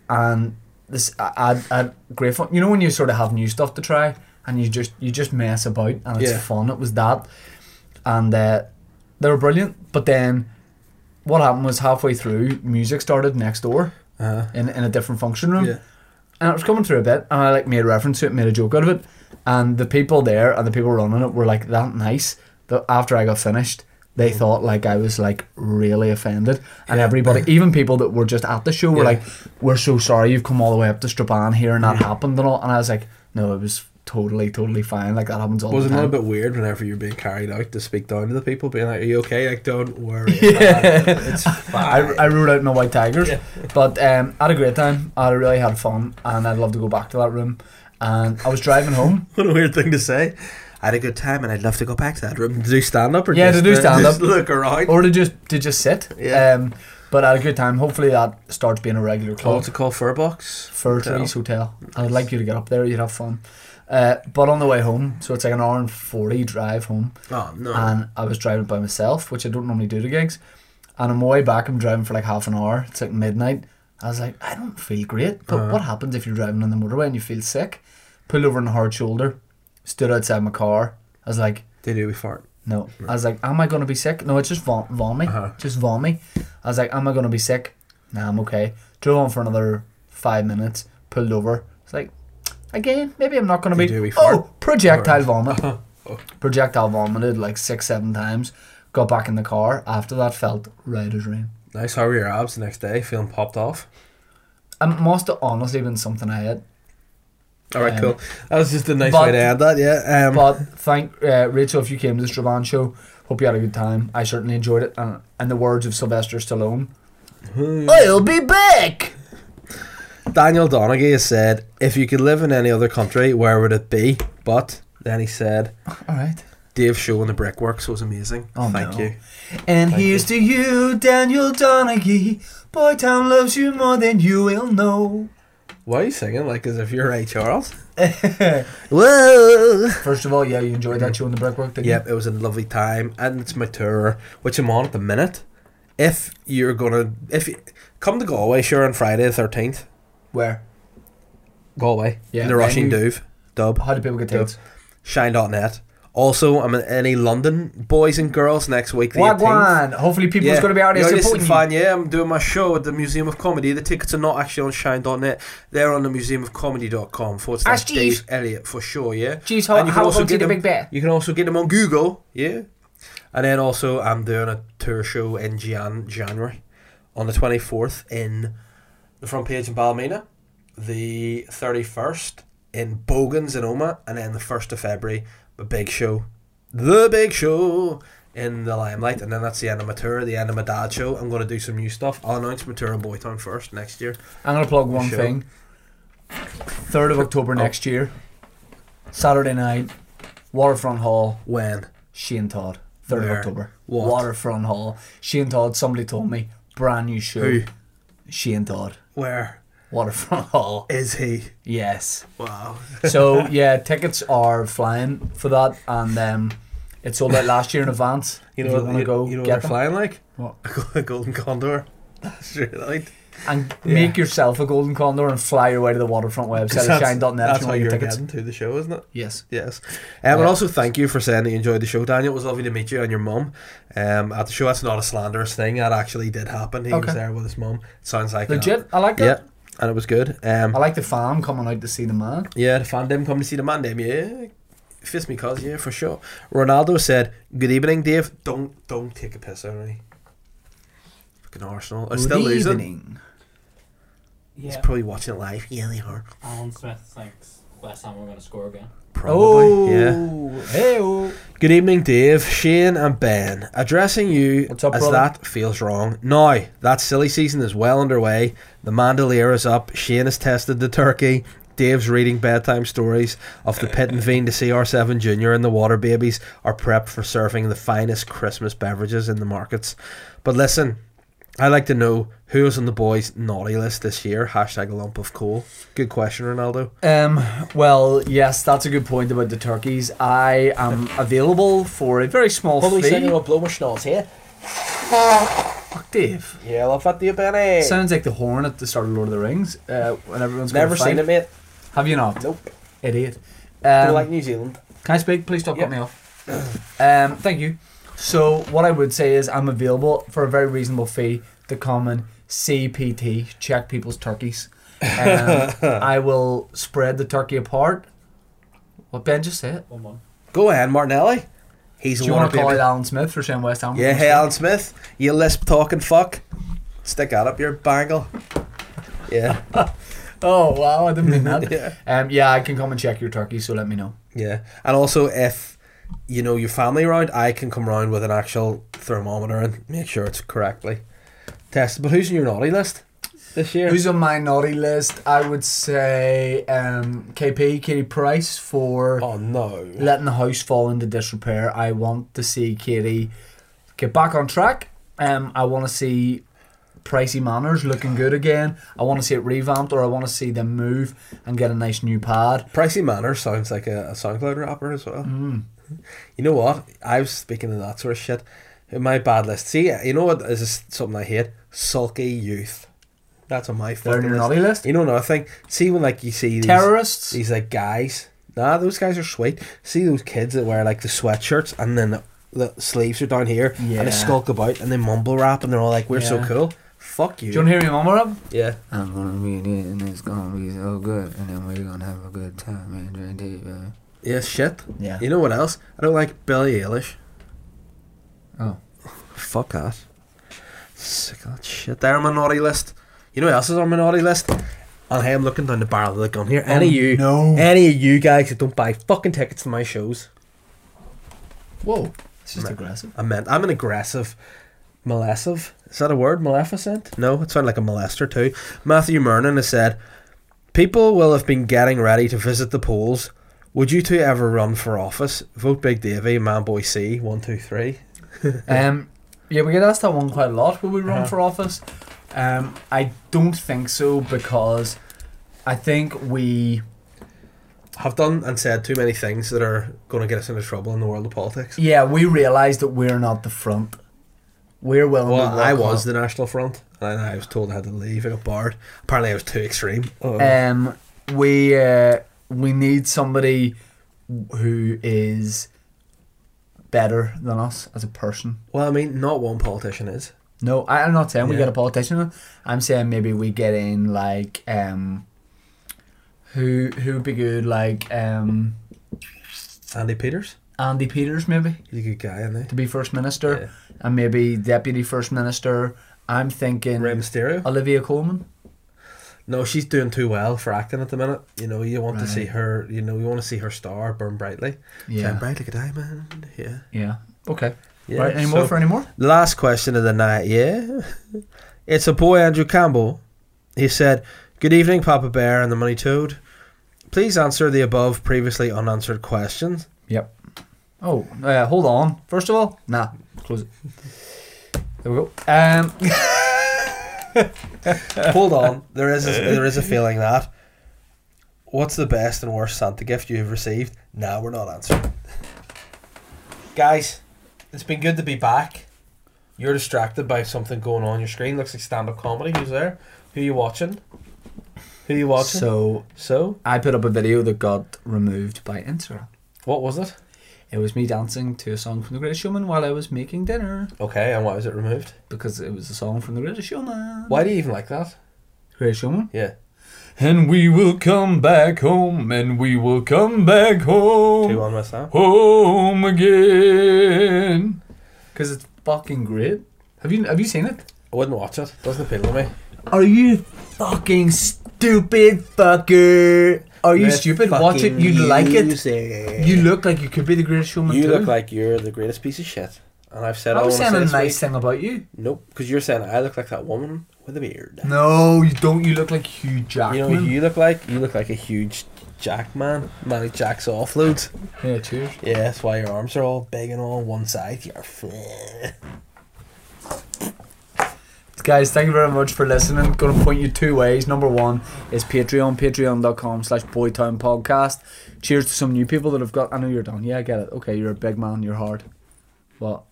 and this I I had great fun. You know when you sort of have new stuff to try and you just you just mess about and it's Yeah. fun. It was that, and uh, they were brilliant. But then, what happened was halfway through, music started next door Uh-huh. in in a different function room Yeah. and it was coming through a bit, and I like made a reference to it, made a joke out of it, and the people there and the people running it were like that nice that after I got finished, they thought like I was like really offended, and Mm-hmm. Yeah. everybody, even people that were just at the show, were Yeah. like, "We're so sorry you've come all the way up to Strabane here and that happened and all," and I was like, "No, it was totally, totally fine. Like that happens all Was it the not a time." bit weird whenever you're being carried out to speak down to the people, being like, "Are you okay? Like, don't worry, Yeah. man. it's I, fine." I ruled out my white tigers, but um, I had a great time. I really had fun, and I'd love to go back to that room. And I was driving home, what a weird thing to say. I had a good time, and I'd love to go back to that room to do stand up. Yeah, to do stand-up. Look around. or to just to just sit. Yeah. Um, But I had a good time. Hopefully that starts being a regular Oh, club. what's it called? Furbox? Fir Trees Hotel. I'd like you to get up there. You'd have fun. Uh, but on the way home, so it's like an hour and forty drive home, Oh, no. and I was driving by myself, which I don't normally do to gigs. And on my way back, I'm driving for like half an hour. It's like midnight. I was like, I don't feel great. Uh-huh. But what happens if you're driving on the motorway and you feel sick? Pulled over on a hard shoulder, stood outside my car. I was like, they do be fart. no. I was like, am I going to be sick? No, it's just vom- vomit. Uh-huh. Just vomit. I was like, am I going to be sick? Nah, I'm okay. Drove on for another five minutes, pulled over. It's like, again, maybe I'm not going to You be. do wee oh, fart. Oh. projectile vomit. projectile vomited like six, seven times. Got back in the car. After that, felt right as rain. Nice. How were your abs the next day? Feeling popped off? Um, It must have honestly been something I had. All right, Um, cool. That was just a nice but- way to end that, yeah. Um, But thank uh, Rachel if you came to the Strabane show. Hope you had a good time. I certainly enjoyed it. And in the words of Sylvester Stallone, I'll be back. Daniel Donaghy has said, if you could live in any other country, where would it be? But then he said, All right. Dave's show in the brickworks was amazing. Oh, Thank no. you. And Thank here's to you, Daniel Donaghy. Boytown loves you more than you will know. Why are you singing like as if you're Ray Charles? Whoa! First of all, yeah, you enjoyed that show in the brickwork, didn't Yep, it was a lovely time, and it's my tour, which I'm on at the minute. If you're gonna, if you, come to Galway, sure on Friday the thirteenth, you? Where? Galway, Yeah, in the Rushing venue. Dove, Dub. How do people get tickets? Shine.net. Also, I'm in any London boys and girls next week. The 18th. Wagwan! Hopefully, people's going to be out there You're listening, supporting fan, yeah, I'm doing my show at the Museum of Comedy. The tickets are not actually on shine.net. They're on the museumofcomedy.com forward slash Ask Jeeves. Dave Elliott for sure, yeah. Jeeves, how- And you can how also about get you the them- Big Bear? You can also get them on Google, yeah. And then also I'm doing a tour show in Jan- January on the 24th in the front page in Ballymena, the 31st in Bogans in Oma, and then the 1st of February, the big show, the big show in the limelight. And then that's the end of my tour, the end of my dad show. I'm going to do some new stuff. I'll announce my tour in Boytown first next year. you. I'm going to plug one Show. thing. 3rd of October next year, Saturday night, Waterfront Hall, When? Shane Todd. 3rd of Where? October. What? Waterfront Hall, Shane Todd. Somebody told me. Brand new show. Who? Shane Todd. Where Waterfront Hall. is he? Yes. Wow. So yeah, tickets are flying for that, and um, it sold out last year in advance. You If know, you what want to go you know what get they're them flying like? What? A golden condor. That's really light. and Yeah. make yourself a golden condor and fly your way to the waterfront website at That's- shine.net. if That's you how want your you're tickets. getting to the show, isn't it? Yes. Yes. Um, and also, thank you for saying that you enjoyed the show, Daniel. It was lovely to meet you and your mum um, at the show. That's not a slanderous thing. That actually did happen. He Okay. was there with his mum. Sounds like it Legit. I like it. happened. Yeah, and it was good. Um, I like the fam coming out to see the man. yeah, the fan didn't come to see the man, them. Yeah, fist me, cause yeah, for sure. Ronaldo said, "Good evening, Dave. Don't don't take a piss out of me." Fucking Arsenal. Are still Good losing. evening. Yeah, Probably watching it live. Yeah, they are. Alan Smith thinks West Ham are going to score again. Probably. Oh, Yeah. hey-oh. Good evening, Dave, Shane, and Ben. Addressing you What's up, as brother? that feels wrong. Now, that silly season is well underway. The Mandalier is up. Shane has tested the turkey. Dave's reading bedtime stories of the pit and vein to CR7 Junior and the water babies are prepped for serving the finest Christmas beverages in the markets. But listen, I like to know who is on the boys' naughty list this year. Hashtag lump of coal. Good question, Ronaldo. Um, well, yes, that's a good point about the turkeys. I am available for a very small fee. blow my schnoz here. Fuck, Dave. Yeah, love that, Dave Benny. Sounds like the horn at the start of Lord of the Rings. Uh, when everyone's gonna Never seen fight. it, mate. Have you not? Nope. Idiot. Don't Um, like New Zealand. can I speak? Please stop Yep. cutting me off. um, thank you. So what I would say is I'm available for a very reasonable fee to come and CPT check people's turkeys. Um, I will spread the turkey apart. What Ben just said. One one. Go ahead, Martinelli. He's Do a you water want to call baby. it Alan Smith for Sam West Ham? Yeah, hey, Alan Smith. You lisp talking fuck. Stick that up your bangle. Yeah, Oh wow, I didn't mean that. Yeah. Um, yeah, I can come and check your turkey, so let me know. yeah. And also, if you know your family round, I can come round with an actual thermometer and make sure it's correctly tested. But who's on your naughty list this year? Who's on my naughty list? I would say um, KP, Katie Price, for oh no. letting the house fall into disrepair. I want to see Katie get back on track. Um, I want to see Pricey Manners looking good again. I want to see it revamped, or I want to see them move and get a nice new pad. Hmm, Pricey Manor sounds like a, a SoundCloud rapper as well. You know what? I was speaking of that sort of shit. In my bad list, see, you know what is this- something I hate? Sulky youth. That's on my They're in fucking your list. naughty list. You know another thing? See when like you see these Terrorists. these like guys. Nah, those guys are sweet. See those kids that wear like the sweatshirts and then the, the sleeves are down here and Yeah. they skulk about and they mumble rap and they're all like, "We're so Yeah. cool." Fuck you. Do you want to hear me mama up? yeah. I'm gonna be in it and it's gonna be so good and then we're gonna have a good time and drink tea, baby. Yeah. Shit. Yeah. You know what else? I don't like Billie Eilish. Oh. Fuck that. Sick of that shit. They're on my naughty list. You know what else is on my naughty list? And hey, I'm looking down the barrel of the gun here. Any of you, Oh, No. any of you guys that don't buy fucking tickets to my shows, Whoa. It's just Right. aggressive. I meant I'm an aggressive, malessive. Is that a word? Maleficent? No, it sounded like a molester too. Matthew Mernon has said, "People will have been getting ready to visit the polls. Would you two ever run for office? Vote Big Davy, Man Boy C, one two three. Um, yeah, we get asked that one quite a lot. Will we run Uh-huh. for office? Um, I don't think so because I think we. Have done and said too many things that are going to get us into trouble in the world of politics. Yeah, we realise that we're not the front. We're willing to Well, walk I was up. the National Front, and I was told I had to leave. I got barred. Apparently, I was too extreme. Oh. Um, we uh, we need somebody who is better than us as a person. well, I mean, not one politician is. No, I, I'm not saying we Yeah. get a politician. in. I'm saying maybe we get in like um, who who would be good like um, Andy Peters, Andy Peters maybe he's a good guy, isn't to be first minister Yeah. and maybe deputy first minister. I'm he? thinking Rey Mysterio. Olivia Coleman. No, she's doing too well for acting at the minute. You know, you want to see Right. her. You know, you want to see her star burn brightly. Shine Yeah, bright like a diamond. Yeah. yeah. Okay. yeah. right. Any more so- for any more? the last question of the night. Yeah, it's a boy Andrew Campbell. He said, "Good evening, Papa Bear and the Money Toad. Please answer the above previously unanswered questions." Yep. Oh, uh, hold on. First of all, nah, close it. There we go. Um, Hold on, there is a, there is a feeling that. What's the best and worst Santa gift you've received? Nah, we're not answering. Guys, it's been good to be back. You're distracted by something going on your screen. Looks like stand up comedy. Who's there? Who you watching? Who you watching? So, so I put up a video that got removed by Instagram. what was it? It was me dancing to a song from The Greatest Showman while I was making dinner Okay, and why was it removed? because it was a song from The Greatest Showman. Why do you even like that? Greatest Showman. Yeah, And we will come back home, and we will come back two home, on West Ham. home again. Because it's fucking great. Have you have you seen it? I wouldn't watch it. Doesn't appeal to me. Are you fucking stupid fucker? Are you stupid? Watch it. You like it. You look like you could be the greatest showman. You too. look like you're the greatest piece of shit. And I've said I all was I saying a want nice to say. this week. thing about you. Nope, because you're saying I look like that woman with a beard. No, you don't. You look like Hugh Jackman. You know who you look like? You look like a huge jack man. Man who jacks off loads. yeah, cheers. Yeah, that's why your arms are all big and all on one side. You're f- Guys, thank you very much for listening. Going to point you two ways. Number one is Patreon, patreon.com slash boytown podcast. Cheers to some new people that have got. I know you're done. Yeah, I get it. Okay, you're a big man. You're hard. What?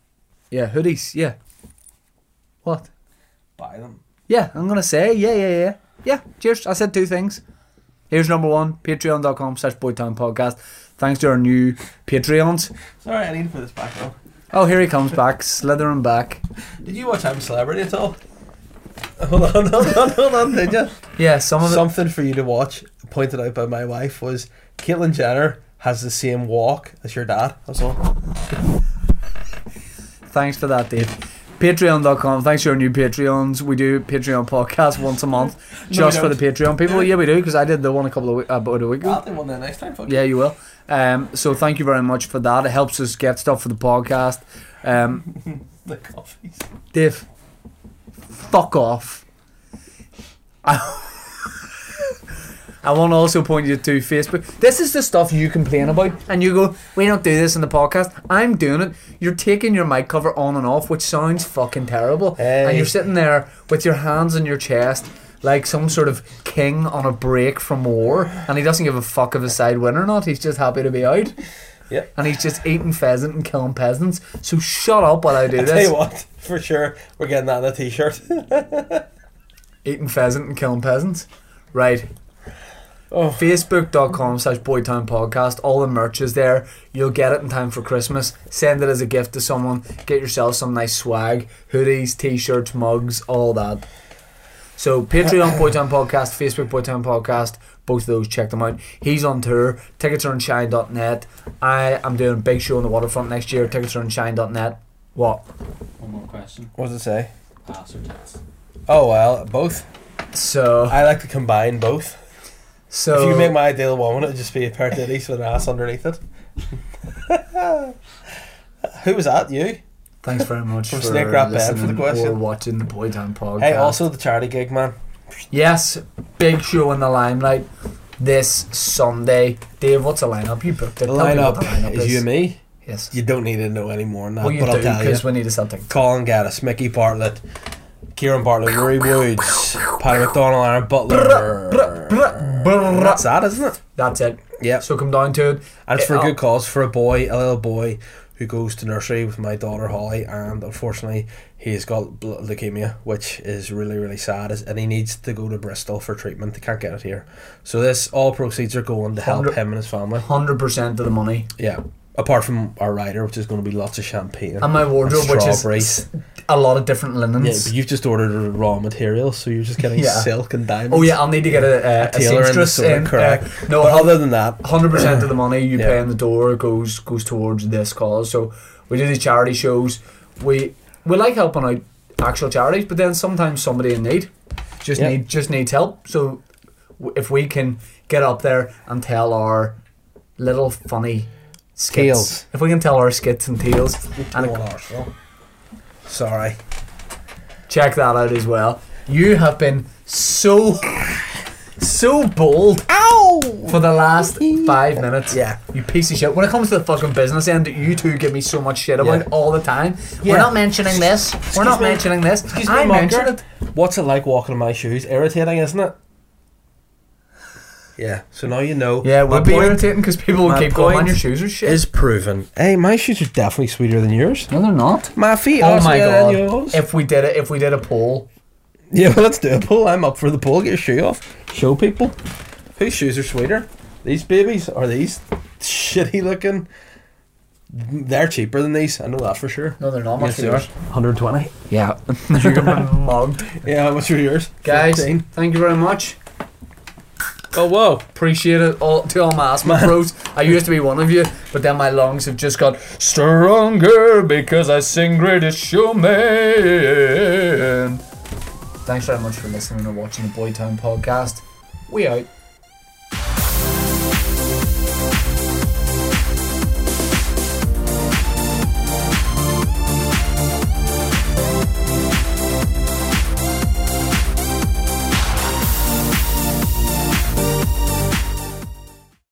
Yeah, hoodies. Yeah. What? Buy them. Yeah, I'm gonna say yeah, yeah, yeah, yeah. Cheers. I said two things. Here's number one: patreon.com slash boytown podcast. Thanks to our new Patreons. Sorry, I need to put this back on. Oh, here he comes back, slithering back. Did you watch I'm a Celebrity at all? Hold on, hold on, hold on, did you? Yeah, some of it. Something for you to watch, pointed out by my wife, was Caitlyn Jenner has the same walk as your dad. That's all. Thanks for that, Dave. Patreon.com. Thanks to our new Patreons. We do Patreon podcasts once a month just for the Patreon people. Yeah, we do, because I did the one a couple of week, about a week ago. do one there next time, fuck Yeah, you will. Um, so thank you very much for that. It helps us get stuff for the podcast. Um, The coffees. Dave, fuck off. I, I want to also point you to Facebook. This is the stuff you complain about, and you go, "We don't do this in the podcast." I'm doing it. You're taking your mic cover on and off, which sounds fucking terrible, Hey. and you're sitting there with your hands on your chest. Like some sort of king on a break from war, and he doesn't give a fuck if his side win or not. He's just happy to be out. Yep. And he's just eating pheasant and killing peasants. So shut up while I do Tell this. you what, for sure, we're getting that in a t-shirt. Eating pheasant and killing peasants. Right. Oh. Facebook.com slash Boytown Podcast. All the merch is there. You'll get it in time for Christmas. Send it as a gift to someone. Get yourself some nice swag hoodies, t shirts, mugs, all that. So, Patreon Boytown Podcast, Facebook Boytown Podcast, both of those, check them out. He's on tour. Tickets are on shine.net. I am doing a big show on the waterfront next year. Tickets are on shine.net. What? One more question. What does it say? Pass or tits? Oh well, both. So, I like to combine both. so. if you make my ideal woman, it'd just be a pair of titties with an ass underneath it. Who was that? You? Thanks very much From for Snake Rap Band for the listening question. or watching the Boytown podcast. Hey, also the charity gig, man. yes, big show in the limelight this Sunday. Dave, what's the lineup? You booked it. The Tell me what lineup is you and me. Yes. You don't need to know any more than that, well, you but do I'll tell you. because we need a something. Colin Gaddis, Mickey Bartlett, Kieran Bartlett, Rory Woods, Paddy McDonald, Aaron Butler. That's that, isn't it? That's it. Yeah. So come down to it. And it's It- for a I'll- good cause, for a boy, a little boy who goes to nursery with my daughter Holly, and unfortunately he's got bl- leukemia, which is really really sad, is- and he needs to go to Bristol for treatment. They can't get it here, so this all proceeds are going to help Hundred- him and his family. 100% of the money. Yeah, apart from our rider, which is going to be lots of champagne And my wardrobe, which is strawberries. a lot of different Yeah, linens. but you've just ordered raw materials, so you're just getting Yeah. silk and diamonds. oh, yeah, I'll need to get a, a, a, tailor and the seamstress. sort, in, uh, correct. no, But I'll, other than that, hundred percent of the money you pay Yeah. in the door goes goes towards this cause. So we do these charity shows. We we like helping out actual charities, but then sometimes somebody in need just Yeah. need just needs help. So w- if we can get up there and tell our little funny skits, Tales. if we can tell our skits and tales, and Go on, Arsenal. Sorry. check that out as well. You have been so so bold Ow! for the last five minutes. Yeah. You piece of shit. When it comes to the fucking business end, you two give me so much shit about Yeah. all the time. We're We're not not, mentioning this. we're not me. mentioning this. Excuse me, I Mocker. mentioned it. What's it like walking in my shoes? Irritating, isn't it? Yeah. So now you know. Yeah, it My would be point irritating because people will my keep going on point your shoes or shit. Is proven. Hey, my shoes are definitely sweeter than yours. no, they're not. My feet Oh are my sweeter god! than yours. If we did it, if we did a poll, yeah, well, let's do a poll. I'm up for the poll. Get your shoe off. Show people whose shoes are sweeter. These babies or these shitty looking. They're cheaper than these. I know that for sure. no, they're not much. Yes, they are. 120. Yeah, you're gonna be mugged, Yeah, how much are yours? guys. 15. Thank you very much. Oh, whoa. Appreciate it all to all my asthma pros. I used to be one of you, but then my lungs have just got stronger because I sing Greatest Showman. Thanks very much for listening and watching the Boytown podcast. We out.